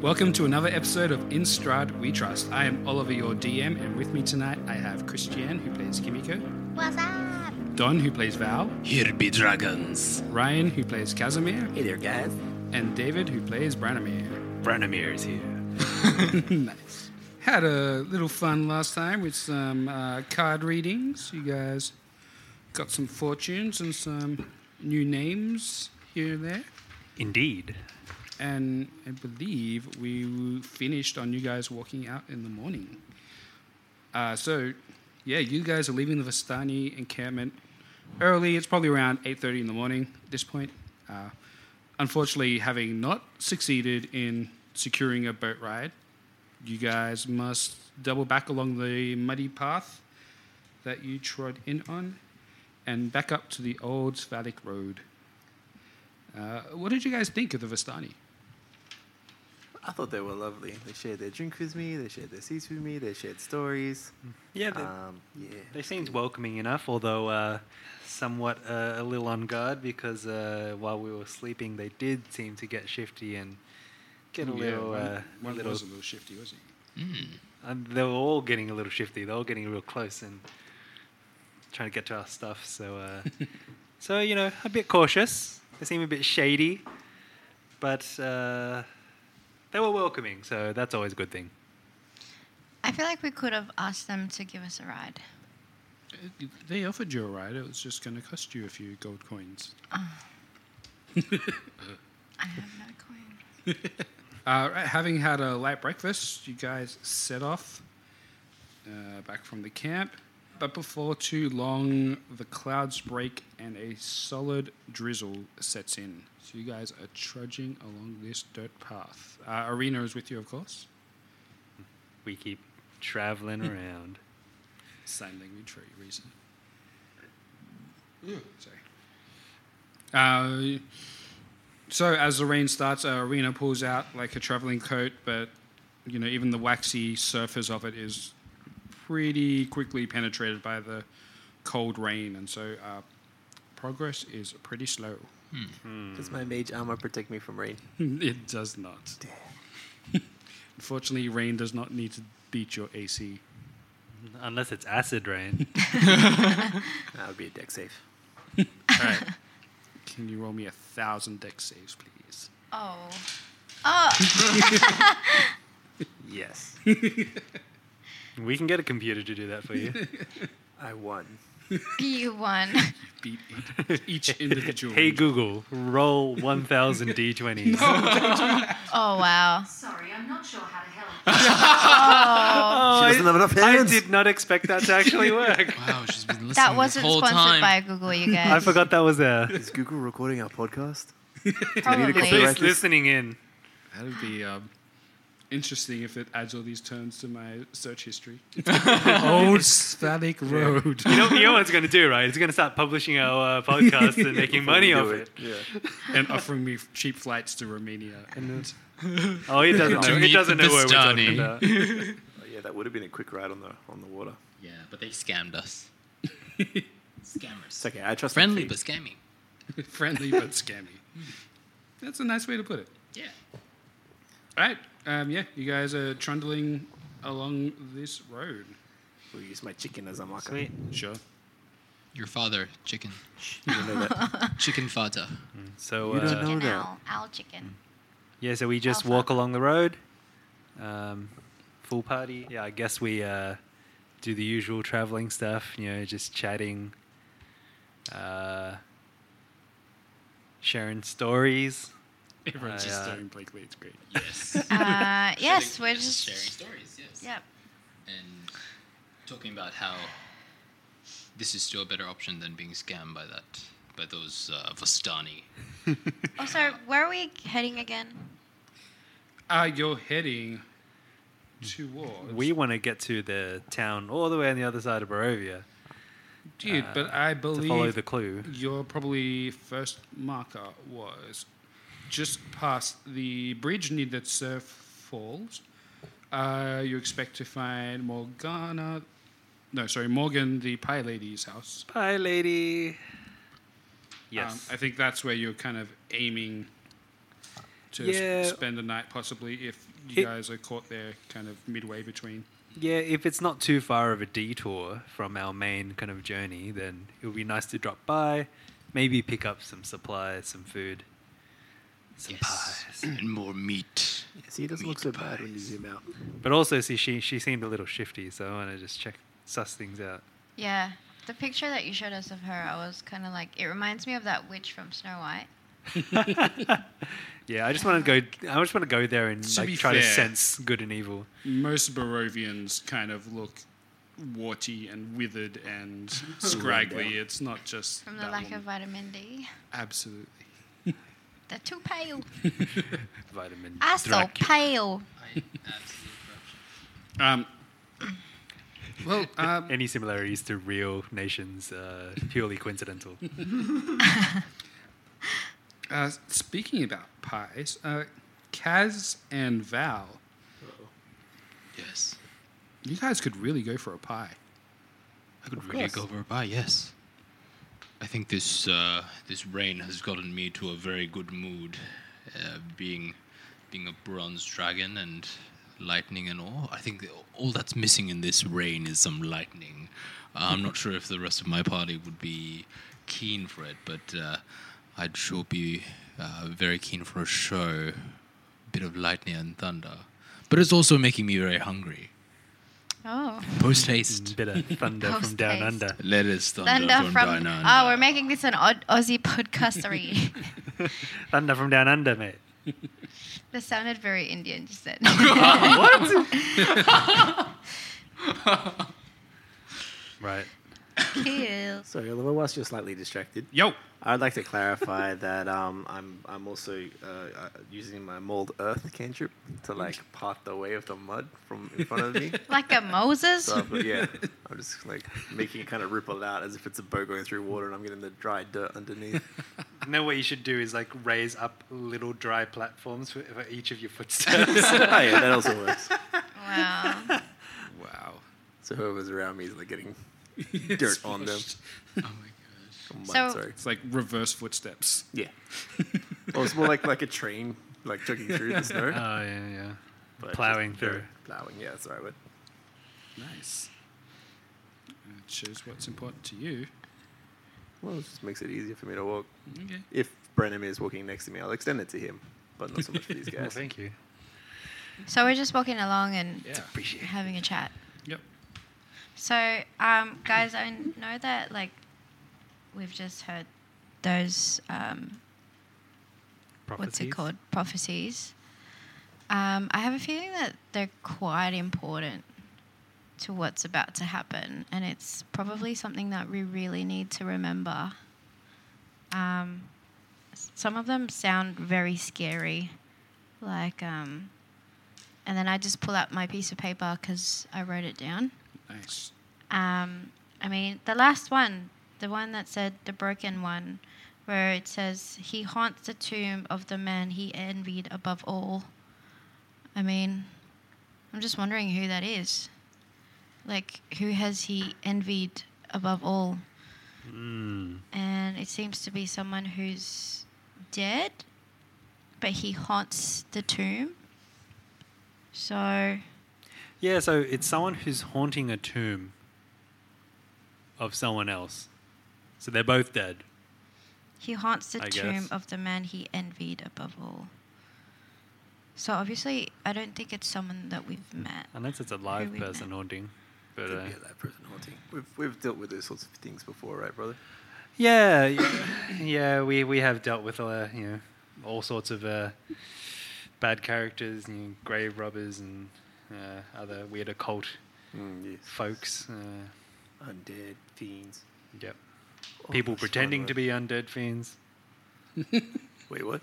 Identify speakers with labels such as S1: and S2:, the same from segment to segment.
S1: Welcome to another episode of In Stride We Trust. I am Oliver, your DM, and with me tonight I have Christiane, who plays Kimiko,
S2: What's up?
S1: Don, who plays Val,
S3: Here be dragons.
S1: Ryan, who plays Casimir,
S3: Hey there, guys.
S1: and David, who plays Branimir.
S3: Branimir is here.
S1: nice. Had a little fun last time with some uh, card readings. You guys got some fortunes and some new names here and there.
S4: Indeed.
S1: and I believe we finished on you guys walking out in the morning. Uh, so, yeah, you guys are leaving the Vistani encampment early. It's probably around 8.30 in the morning at this point. Uh, unfortunately, having not succeeded in securing a boat ride, you guys must double back along the muddy path that you trod in on and back up to the old Svadic road. Uh, what did you guys think of the Vistani?
S5: I thought they were lovely. They shared their drink with me. They shared their seats with me. They shared stories.
S4: Yeah, they,
S5: Um, yeah.
S4: they seemed welcoming enough, although uh, somewhat uh, a little on guard because uh, while we were sleeping, they did seem to get shifty and get a little. uh,
S1: one
S4: little
S1: was a little shifty, was he?
S4: and they were all getting a little shifty. They were all getting real close and trying to get to our stuff. So, uh, so you know, a bit cautious. They seem a bit shady, but uh, they were welcoming, so that's always a good thing.
S2: I feel like we could have asked them to give us a ride.
S1: They offered you a ride. It was just going to cost you a few gold coins.
S2: I have no coin.
S1: Uh, right, having had a light breakfast, you guys set off uh, back from the camp. But before too long, the clouds break and a solid drizzle sets in. So you guys are trudging along this dirt path. Uh, Arena is with you, of course.
S4: We keep traveling around.
S1: sign language for a reason. Sorry. Uh, so as the rain starts, uh, Arena pulls out like a traveling coat, but you know even the waxy surface of it is pretty quickly penetrated by the cold rain, and so uh, progress is pretty slow.
S5: Does my mage armor protect me from rain?
S1: it does not. Unfortunately, rain does not need to beat your AC.
S4: Unless it's acid rain.
S5: That would be a deck safe.
S1: Can you roll me a thousand deck saves, please?
S2: Oh.
S5: Yes.
S4: we can get a computer to do that for you.
S5: I won.
S2: You won.
S1: beat each- each individual.
S4: hey Google, roll 1000 d20s.
S2: Oh, wow.
S6: Sorry, I'm not sure how to help.
S2: Oh,
S5: she doesn't have enough
S4: I
S5: hands.
S4: did not expect that to actually work.
S3: Wow, she's been listening
S2: That wasn't
S3: this whole time.
S2: sponsored by Google, you guys.
S4: I forgot that was there.
S5: Is Google recording our podcast?
S2: Probably.
S4: Who's listening in?
S1: That'd be um, interesting if it adds all these terms to my search history. Old Spallic Road.
S4: You know, you know what it's going to do, right? It's going to start publishing our uh, podcast and making money
S5: Do
S4: off it.
S5: Yeah.
S1: and offering me cheap flights to Romania. And
S4: Oh, he doesn't know.
S3: To
S4: He
S3: meet
S4: doesn't know
S3: the
S4: what we're talking
S3: Vistani.
S4: about.
S5: Oh, yeah, that would have been a quick ride on the on the water.
S7: Yeah, but they scammed us. Scammers.
S5: It's okay. I trust my
S7: Friendly
S5: feet.
S7: but scamming.
S1: Friendly but scammy. That's a nice way to put it.
S7: Yeah.
S1: All right. Um, yeah, you guys are trundling along this road.
S5: We'll use my chicken as a marker.
S4: Sweet.
S1: Sure.
S7: Your father, chicken.
S5: You don't know that.
S7: Chicken fata.
S4: So
S5: You don't
S4: uh,
S5: know
S2: Chicken
S5: that.
S2: owl, owl chicken.
S4: yeah, so we just
S2: Alpha.
S4: walk along the road. Um, full party. Yeah, I guess we uh, do the usual traveling stuff. You know, just chatting, uh, sharing stories.
S1: Everyone's
S4: I,
S1: just
S4: uh,
S1: staring blankly. It's great.
S7: Yes.
S2: Uh, yes,
S7: Sharing-
S2: we're just.
S7: sharing stories. Yes.
S2: Yep.
S7: And talking about how this is still a better option than being scammed by that by those uh, Vostani.
S2: Also, where are we heading again?
S1: Uh, you're heading towards.
S4: We want to get to the town all the way on the other side of Barovia
S1: Dude, but I
S4: uh, to follow
S1: believe
S4: the clue.
S1: your probably first marker was just past the bridge near that surf falls. Uh, you expect to find Morgana. No, sorry, Morgan, the Pie Lady's house.
S4: Hi, lady.
S1: Um,
S4: Yes.
S1: I think that's where you're kind of aiming to s-
S4: Yeah.
S1: spend the night, possibly, if you
S4: It-
S1: guys are caught there kind of midway between.
S4: Yeah, if it's not too far of a detour from our main kind of journey, then it would be nice to drop by, maybe pick up some supplies, some food, some pies.
S7: and more meat.
S5: See, it doesn't look
S7: Meat
S5: so bad when you
S7: pies.
S5: zoom out.
S4: But also, see, she she seemed a little shifty, so I want to just check suss things out.
S2: Yeah. The picture that you showed us of her, I was kind of like, it reminds me of that witch from Snow White.
S4: Yeah, I just want to go. I just want to go there and
S1: To
S4: like
S1: be
S4: try to
S1: fair-
S4: sense good and evil.
S1: Most Barovians kind of look warty and withered and scraggly. It's not just
S2: From the
S1: that
S2: lack
S1: woman.
S2: of vitamin D.
S1: Absolutely.
S2: They're too pale.
S4: Vitamin.
S2: I so pale.
S7: I absolutely corruption.
S1: Um, well, um,
S4: Any similarities to real nations? Uh, purely coincidental.
S1: uh, speaking about pies, uh, Kaz and Val,
S7: Yes.
S1: you guys could really go for a pie.
S7: I could really go over a pie. Yes. I think this uh, this rain has gotten me to a very good mood, uh, being being a bronze dragon and lightning and all. I think all that's missing in this rain is some lightning. Uh, I'm not sure if the rest of my party would be keen for it, but uh, I'd sure be uh, very keen for a show, bit of lightning and thunder. But it's also making me very hungry.
S2: Oh.
S7: Post haste.
S4: Bit of thunder from
S2: Post
S4: down
S2: haste.
S4: under.
S7: Let us thunder,
S2: Thunder
S7: from,
S2: from.
S7: thine
S2: Oh,
S7: under.
S2: we're making this an Au- Aussie podcastery.
S4: Thunder from down under, mate.
S2: that sounded very Indian, just then.
S4: Right.
S2: Ew.
S5: Sorry, Oliver, whilst you're slightly distracted,
S1: Yo,
S5: I'd like to clarify that um, I'm I'm also uh, uh, using my mold earth cantrip to like part the way of the mud from in front of me.
S2: Like a Moses?
S5: So I've, yeah, I'm just like making it kind of ripple out as if it's a boat going through water, and I'm getting the dry dirt underneath.
S4: You know what you should do is like raise up little dry platforms for, for each of your footsteps.
S5: oh yeah, that also works.
S2: Wow.
S1: wow.
S5: So whoever's around me is like getting dirt on them.
S7: Oh my
S5: Mud,
S7: gosh.
S2: So-
S5: sorry.
S1: It's like reverse footsteps.
S5: Yeah. Or it's more like like a train like chugging through the snow.
S4: oh yeah, yeah.
S5: but
S4: plowing
S5: just dirt.
S4: through.
S5: Uh, Plowing, yeah, that's right. But
S1: Nice. It shows what's important to you.
S5: well, it just makes it easier for me to walk.
S1: Okay.
S5: If Brenham is walking next to me, I'll extend it to him, but not so much for these
S4: Well,
S5: guys.
S4: thank you.
S2: So we're just walking along and
S1: Yeah.
S2: having a chat.
S1: Yep.
S2: So, um, guys, I know that like we've just heard those um, what's it
S4: Prophecies.
S2: called prophecies. Um, I have a feeling that they're quite important to what's about to happen, and it's probably something that we really need to remember. Um, s- some of them sound very scary, like, um, and then I just pull out my piece of paper because I wrote it down.
S1: Nice.
S2: Um, I mean, the last one, the one that said the broken one, where it says he haunts the tomb of the man he envied above all. I mean, I'm just wondering who that is. Like, who has he envied above all?
S4: Mm.
S2: And it seems to be someone who's dead, but he haunts the tomb. So,
S4: Yeah, so it's someone who's haunting a tomb of someone else. So they're both dead.
S2: He haunts the
S4: I
S2: tomb
S4: guess.
S2: of the man he envied above all. So obviously, I don't think it's someone that we've met.
S4: Unless it's a live
S2: we
S4: person
S2: met.
S4: haunting. But
S5: Could
S4: uh,
S5: be a live person haunting. We've, we've dealt with those sorts of things before, right, brother?
S4: yeah, y- yeah, we, we have dealt with uh, you know all sorts of uh, bad characters, you know, grave robbers, and uh, other weird occult
S5: Mm, yes.
S4: folks. Uh,
S5: Undead fiends.
S4: yep,
S5: Oh,
S4: people
S5: that's
S4: pretending
S5: right,
S4: to
S5: right.
S4: be undead fiends.
S5: Wait, what?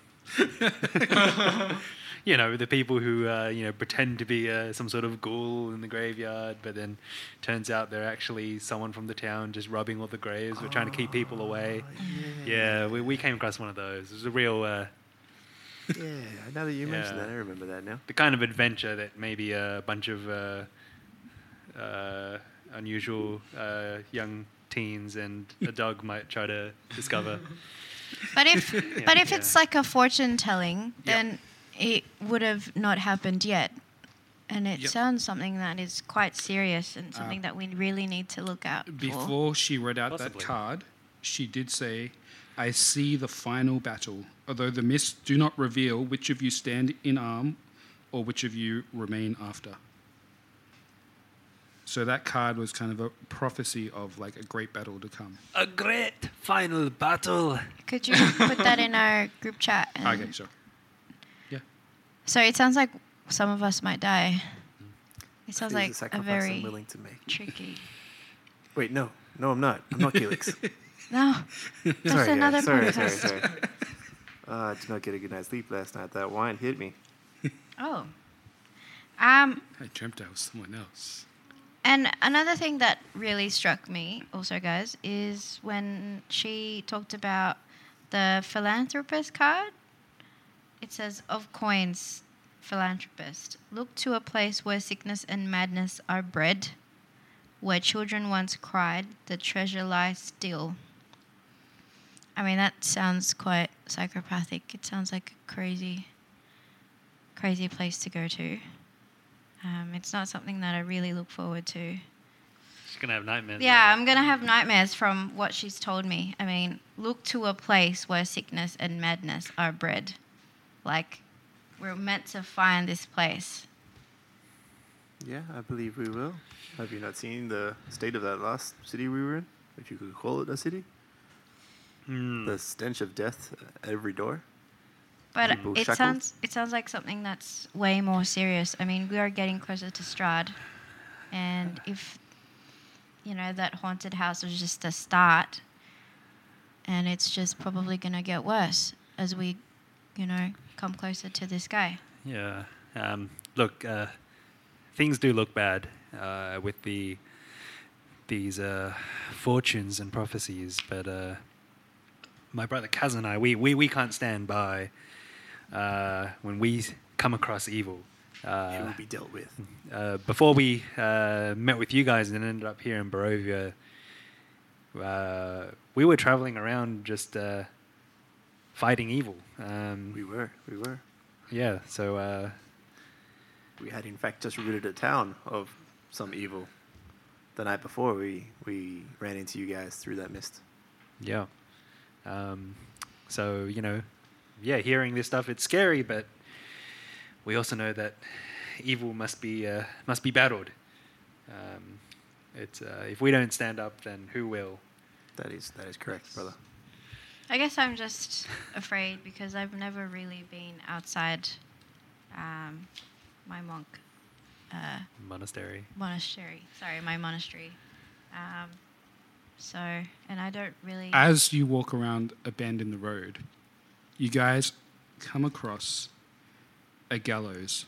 S4: you know, the people who uh, you know pretend to be uh, some sort of ghoul in the graveyard, but then turns out they're actually someone from the town just rubbing all the graves. We're trying to keep people away.
S5: Oh,
S4: Yeah, we, we came across one of those. It was a real uh,
S5: Yeah. Now that you mention
S4: Yeah.
S5: that, I remember that now.
S4: the kind of adventure that maybe a bunch of uh, uh, unusual uh, young teens and a dog might try to discover.
S2: But if but if
S4: yeah.
S2: it's like a fortune telling, then it would have not happened yet. And it
S1: Yep.
S2: sounds something that is quite serious
S4: Uh,
S2: and something that we really need to look out for.
S1: Before she read out
S4: Possibly.
S1: that card, she did say, I see the final battle. Although the mists do not reveal which of you stand in arm or which of you remain after. So that card was kind of a prophecy of like a great battle to come.
S4: A great final battle.
S2: Could you put that in our group chat? And
S1: Okay, sure.
S2: So it sounds like some of us might die. It sounds
S5: He's
S2: like
S5: a
S2: a
S5: sacrifice
S2: very
S5: I'm willing to make.
S2: tricky.
S5: Wait, no. No, I'm not. I'm not Felix.
S2: No, that's
S5: sorry,
S2: another
S5: guys. sorry,
S2: podcast.
S5: sorry, sorry, Uh, I did not get a good night's sleep last night. That wine hit me.
S2: Oh. Um,
S1: I dreamt I was someone else.
S2: and another thing that really struck me, also, guys, is when she talked about the philanthropist card. It says, of coins, philanthropist. Look to a place where sickness and madness are bred, where children once cried, the treasure lies still. I mean, that sounds quite psychopathic. It sounds like a crazy, crazy place to go to. Um, it's not something that I really look forward to.
S4: She's gonna have nightmares.
S2: Yeah, I'm going to have nightmares from what she's told me. I mean, look to a place where sickness and madness are bred. Like, we're meant to find this place.
S5: Yeah, I believe we will. Have you not seen the state of that last city we were in? If you could call it a city?
S4: Hmm.
S5: The stench of death at every door?
S2: But
S5: People
S2: it
S5: shackled?
S2: sounds it sounds like something that's way more serious. I mean, we are getting closer to Strad, and if you know that haunted house was just the start, and it's just probably gonna get worse as we, you know, come closer to this guy.
S4: Yeah. Um, look, uh, things do look bad uh, with the these uh, fortunes and prophecies, but uh, my brother Kaz and I, we, we, we can't stand by uh, when we come across evil.
S5: It
S4: Uh,
S5: will be dealt with.
S4: uh, before we uh, met with you guys and ended up here in Barovia, uh, we were traveling around just uh, fighting evil. Um,
S5: We were. We were.
S4: yeah, so uh,
S5: We had, in fact, just routed a town of some evil. The night before, we, we ran into you guys through that mist.
S4: Yeah. Um, so you know, yeah, hearing this stuff, it's scary, but we also know that evil must be uh, must be battled. Um, it's uh, if we don't stand up, then who will?
S5: That is that is correct, brother.
S2: I guess I'm just afraid because I've never really been outside um, my monk uh,
S4: Monastery.
S2: monastery. Sorry, my monastery. Um, so, and I don't really.
S1: As you walk around a bend in the road, you guys come across a gallows.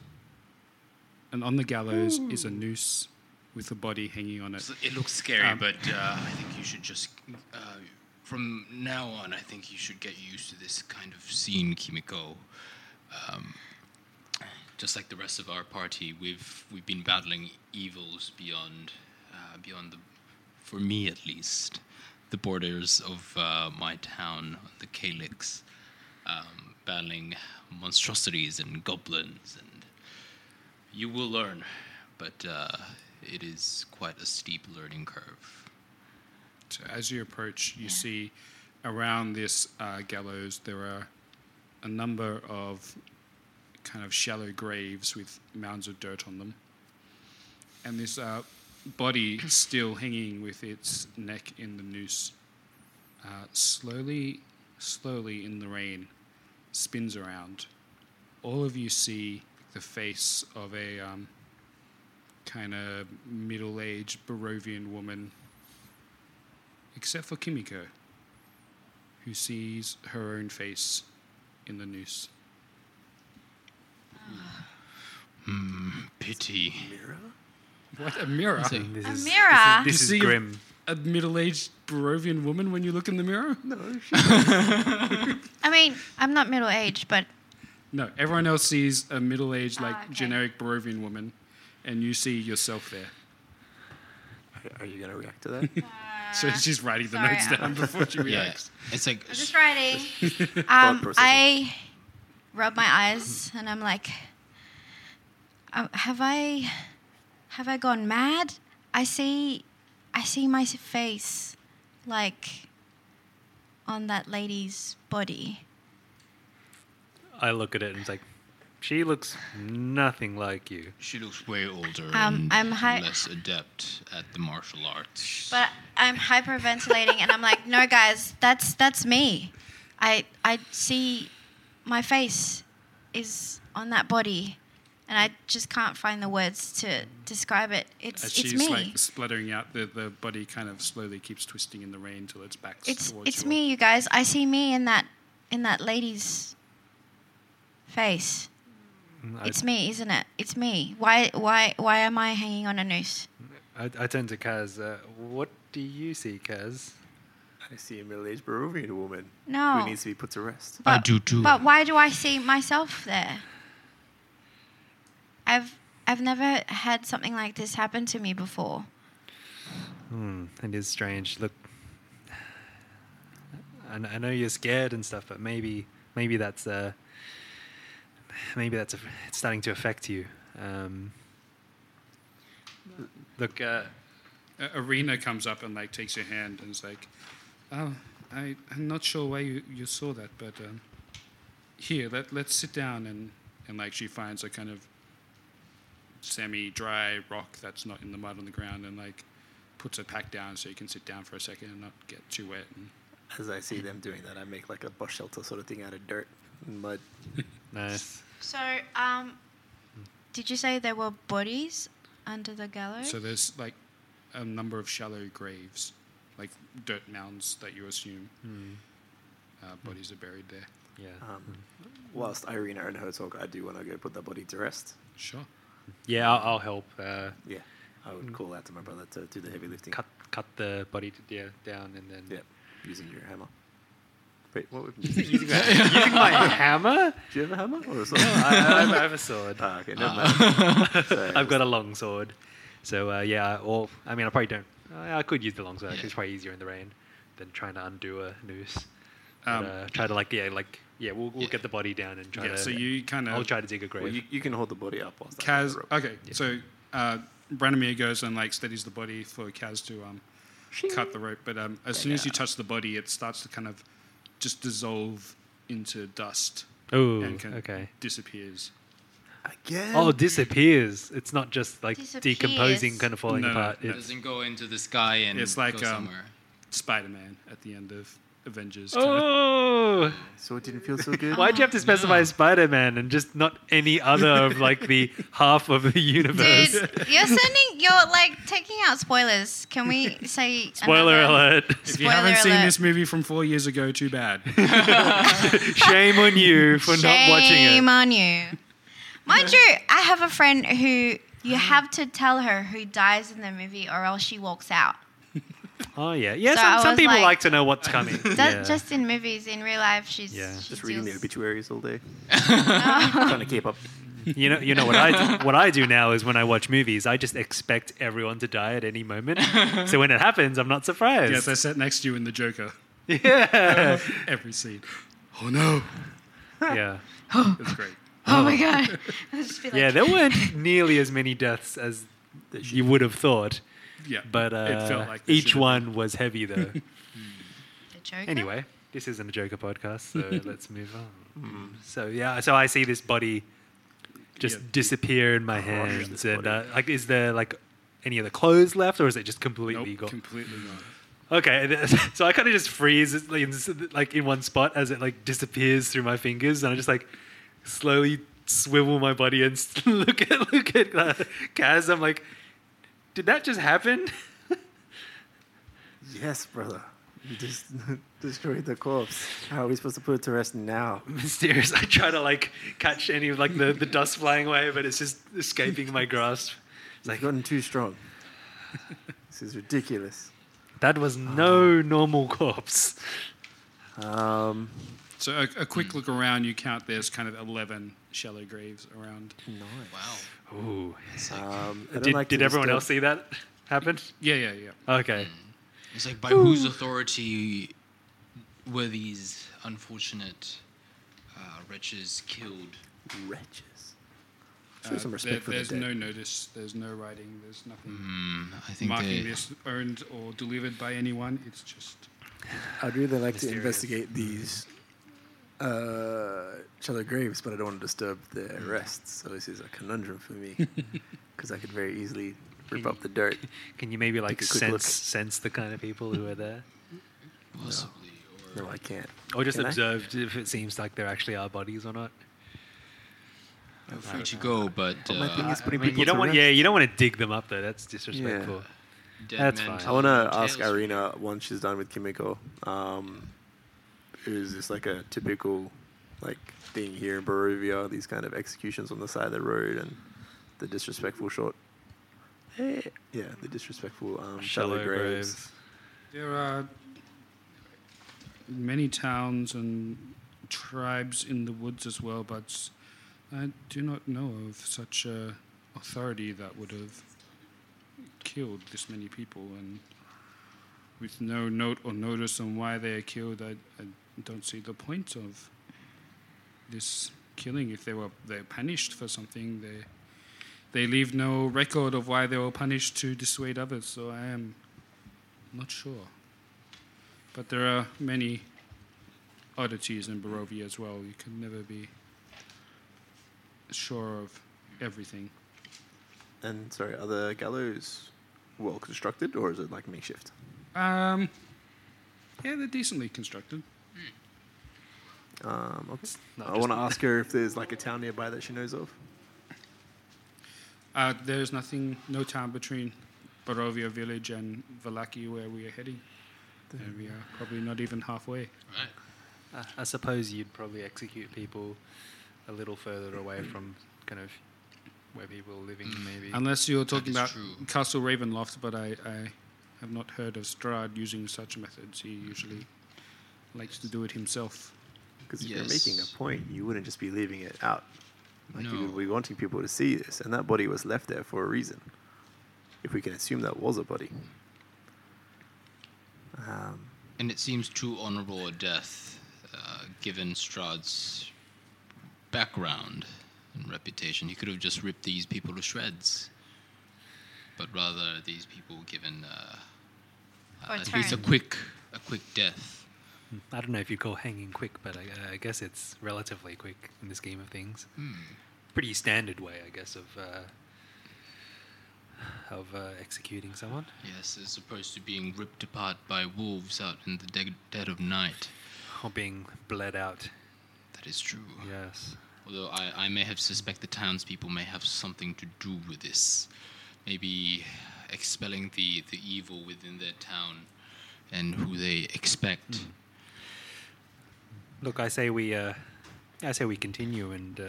S1: And on the gallows is a noose with a body hanging on it.
S7: So It looks scary,
S1: Um,
S7: but uh, I think you should just. Uh, from now on, I think you should get used to this kind of scene, Kimiko. Um, just like the rest of our party, we've we've been battling evils beyond uh, uh, beyond the, for me at least, the borders of uh, my town, the Calix, um, battling monstrosities and goblins, and you will learn, but uh, it is quite a steep learning curve.
S1: So as you approach, you see around this uh, gallows there are a number of kind of shallow graves with mounds of dirt on them, and this uh, body still hanging with its neck in the noose. Uh, slowly, slowly in the rain, spins around. All of you see the face of a um, kind of middle-aged Barovian woman except for Kimiko, who sees her own face in the noose.
S7: Pity.
S1: What a mirror!
S4: This is,
S2: Amira.
S4: This is, this
S1: see
S4: is
S1: if-
S4: grim.
S1: A middle-aged Barovian woman when you look in the mirror? No,
S2: I mean, I'm not middle aged, but
S1: everyone else sees a middle-aged, like
S2: Ah, okay.
S1: generic Barovian woman, and you see yourself there.
S5: Are- Are you gonna react to that?
S1: So she's writing the
S2: Ah, sorry,
S1: notes
S2: I-
S1: down before she
S7: Yeah,
S1: reacts.
S7: it's like
S2: I'm just writing. Um,
S5: processing.
S2: I rub my eyes and I'm like, uh, have I, have I gone mad? I see, I see my face, like, on that lady's body.
S4: I look at it and it's like, she looks nothing like you.
S7: she looks way older
S2: Um,
S7: and
S2: I'm hi-
S7: less adept at the martial arts.
S2: But I'm hyperventilating and I'm like, no, guys, that's that's me. I I see my face is on that body, and I just can't find the words to describe it. It's
S1: As
S2: it's
S1: she's
S2: me.
S1: like spluttering out, the, the body kind of slowly keeps twisting in the rain till its back
S2: it's
S1: towards
S2: it's
S1: your-
S2: me, you guys. I see me in that in that lady's face.
S4: I,
S2: It's me, isn't it? It's me. Why why why am I hanging on a noose?
S4: I, I turn to Kaz. Uh, what do you see, Kaz?
S5: I see a middle-aged Barovian woman
S2: No.
S5: who needs to be put to rest.
S7: I do too.
S2: But why do I see myself there? I've I've never had something like this happen to me before.
S4: Hmm, it is strange. Look, I, kn- I know you're scared and stuff, but maybe maybe that's uh, maybe that's aff- it's starting to affect you. Um, look, uh,
S1: Uh, Arena comes up and like takes your hand and is like, "Oh, I, I'm not sure why you, you saw that, but um, here, let let's sit down and and like she finds a kind of semi-dry rock that's not in the mud on the ground and like puts a pack down so you can sit down for a second and not get too wet. And
S5: As I see them doing that, I make like a bus shelter sort of thing out of dirt and mud.
S4: nice.
S2: So, um, did you say there were bodies under the gallows?
S1: so there's like a number of shallow graves, like dirt mounds that you assume
S4: Hmm.
S1: uh, bodies are buried there.
S4: Yeah,
S5: Um, whilst Irina and her talk, I do want to go put that body to rest.
S1: Sure.
S4: yeah, I'll, I'll help. Uh,
S5: Yeah, Mm. I would call out to my brother to do the heavy lifting.
S4: cut cut the body to, yeah, down and then
S5: Yeah, using your hammer. Wait, what? Would
S4: my hammer.
S5: do you have a hammer or a sword?
S4: I, I, have, I have a sword.
S5: ah, okay, never mind.
S1: Uh,
S5: Sorry,
S4: I've got a long sword. So uh, yeah, or I mean, I probably don't. I, I could use the long sword. 'cause It's probably easier in the rain than trying to undo a noose. But,
S1: Um,
S4: uh, try to like yeah, like yeah, we'll, we'll get the body down and try
S1: Yeah.
S4: to.
S1: So you kind of
S4: I'll try to dig a grave.
S5: Well, you, you can hold the body up whilst I hold
S1: Kaz.
S5: the rope.
S1: Okay, so uh, Branimir goes and like steadies the body for Kaz to um, cut the rope, but um, as soon as you touch the body, it starts to kind of just dissolve into dust
S4: oh,
S1: and kind
S4: okay.
S1: disappears.
S5: Again.
S4: Oh, disappears. It's not just like
S2: Disappears.
S4: decomposing, kind of falling
S1: No,
S4: apart.
S1: no.
S7: it
S4: It's,
S7: doesn't go into the sky and
S1: It's like,
S7: go
S1: um,
S7: somewhere.
S1: Spider-Man at the end of Avengers. kinda.
S4: oh,
S5: so it didn't feel so good.
S4: why'd you have to specify Spider-Man and just not any other of like the half of the universe?
S2: Dude, you're sending, you're like taking out spoilers. Can we say
S4: Spoiler
S2: another-
S4: alert.
S1: If you haven't
S2: Spoiler
S1: seen
S2: alert.
S1: this movie from four years ago, too bad.
S4: Shame on you for not watching it.
S2: Shame on you. Mind you, I have a friend who you have to tell her who dies in the movie, or else she walks out.
S4: Oh yeah, yeah.
S2: So I
S4: some some
S2: was
S4: people like,
S2: like-
S4: to know what's coming.
S2: That,
S4: yeah.
S2: Just in movies, in real life, she's
S4: Yeah.
S2: she
S5: Just reading the
S2: deals-
S5: obituaries all day. Trying to keep up.
S4: You know, you know what I do, what I do now is when I watch movies, I just expect everyone to die at any moment. So when it happens, I'm not surprised.
S1: Yes, I sat next to you in the Joker.
S4: yeah,
S1: Every scene. Oh no!
S4: yeah,
S1: It's great.
S2: Oh my god. I'll just be like,
S4: yeah. There weren't nearly as many deaths as you would have thought,
S1: Yeah,
S4: but uh,
S1: it felt like there
S4: each
S1: should've
S4: one was heavy though.
S2: the Joker?
S4: anyway, this isn't a Joker podcast, so let's move on. So yeah, so I see this body just
S1: Hmm. Yeah.
S4: disappear in my hands,
S5: this
S4: and uh,
S5: body.
S4: like, is there like any of the clothes left, or is it just
S1: been-
S4: completely
S1: nope,
S4: gone?
S1: completely gone.
S4: Okay, th- so I kind of just freeze it, like, in s- like in one spot as it like disappears through my fingers, and I just like slowly swivel my body and s- look at look at uh, Kaz. I'm like, did that just happen?
S5: Yes, brother. You just destroyed the corpse. How are we supposed to put it to rest now?
S4: Mysterious. I try to like catch any of like the, the dust flying away, but it's just escaping my grasp. It's
S5: It's
S4: like
S5: gotten too strong. this is ridiculous.
S4: that
S5: Oh.
S4: was no normal corpse.
S5: Um,
S1: So a, a quick look around, you count there's kind of eleven shallow graves around.
S7: Wow.
S4: Ooh.
S7: It's like,
S5: um, I don't
S4: Did,
S5: like to Hmm.
S4: did everyone
S5: disturb-
S4: else see that happen?
S1: Yeah, yeah, yeah.
S4: Okay.
S7: it's like by whose authority were these unfortunate uh, wretches killed?
S5: Wretches. Show some
S1: Uh,
S5: respect for
S1: there-
S5: the
S1: There's
S5: dead.
S1: no notice. There's no writing. There's nothing
S7: Hmm, I think
S1: marking
S7: they.
S1: this owned or delivered by anyone. It's just
S5: I'd really like to
S4: Mysterious.
S5: investigate these uh, shallow graves, but I don't want to disturb their rest. So this is a conundrum for me, because I could very easily rip up the dirt.
S4: Can you maybe like
S5: Take a quick look.
S4: sense sense the kind of people who are there?
S7: Possibly. Or
S5: No, I can't.
S4: Or just
S5: Can I?
S4: observe if it seems like there actually are bodies or not.
S7: feel free to go, but
S5: my thing
S7: uh,
S5: is putting
S4: I mean,
S5: people
S4: you don't
S5: to
S4: want,
S5: rest.
S4: yeah, you don't want to dig them up though. That's disrespectful.
S7: dead
S4: That's
S7: men
S4: fine.
S7: tell
S5: I want to
S7: no
S5: ask
S7: tales.
S5: Irina once she's done with Kimiko. Um, is this like a typical like thing here in Barovia? These kind of executions on the side of the road and the disrespectful short. Eh, Yeah, the disrespectful um, shallow, graves.
S1: There are many towns and tribes in the woods as well, but I do not know of such a authority that would have killed this many people. And with no note or notice on why they are killed, I, I don't see the point of this killing. If they were they're punished for something, they they leave no record of why they were punished to dissuade others. So I am not sure. But there are many oddities in Barovia as well. You can never be sure of everything.
S5: And sorry, are the gallows well constructed or is it like makeshift?
S1: Um, yeah, they're decently constructed.
S5: Um, okay.
S4: not
S5: I
S4: just-
S5: want to ask her if there's like a town nearby that she knows of.
S1: Uh, there's nothing, no town between Barovia village and Valaki where we are heading. And we are probably not even halfway.
S7: Right.
S4: I- I suppose you'd probably execute people a little further away from kind of where people are living, maybe.
S1: Unless you're talking
S7: is
S1: about
S7: true.
S1: Castle Ravenloft, but I, I have not heard of Strahd using such methods. He usually likes to do it himself.
S5: Because if you're making
S7: Yes.
S5: a point, you wouldn't just be leaving it out. Like you
S7: No.
S5: would be wanting people to see this, and that body was left there for a reason. If we can assume that was a body. Um,
S7: And it seems too honorable a death, uh, given Strahd's background and reputation. He could have just ripped these people to shreds. But rather, these people given uh,
S2: Or
S7: at least a
S2: turn.
S7: quick, a quick death.
S4: I don't know if you call hanging quick, but I, I guess it's relatively quick in the scheme of things.
S5: Hmm.
S4: Pretty standard way, I guess, of uh, of uh, executing someone.
S7: Yes, as opposed to being ripped apart by wolves out in the de- dead of night.
S4: Or being bled out.
S7: That is true.
S4: Yes.
S7: Although I, I may have suspect the townspeople may have something to do with this. Maybe expelling the, the evil within their town and who they expect.
S4: Look, I say we, uh, I say we continue, and uh,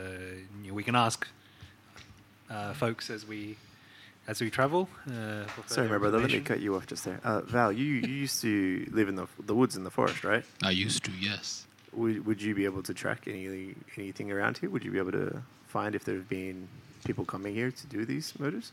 S4: you know, we can ask uh, folks as we as we travel. Uh, for
S5: sorry, my
S4: further
S5: brother, let me
S4: information.
S5: cut you off just there. Uh, Val, you, you used to live in the, the woods in the forest, right?
S7: I used to, yes.
S5: Would, would you be able to track any, anything around here? Would you be able to find if there have been people coming here to do these murders?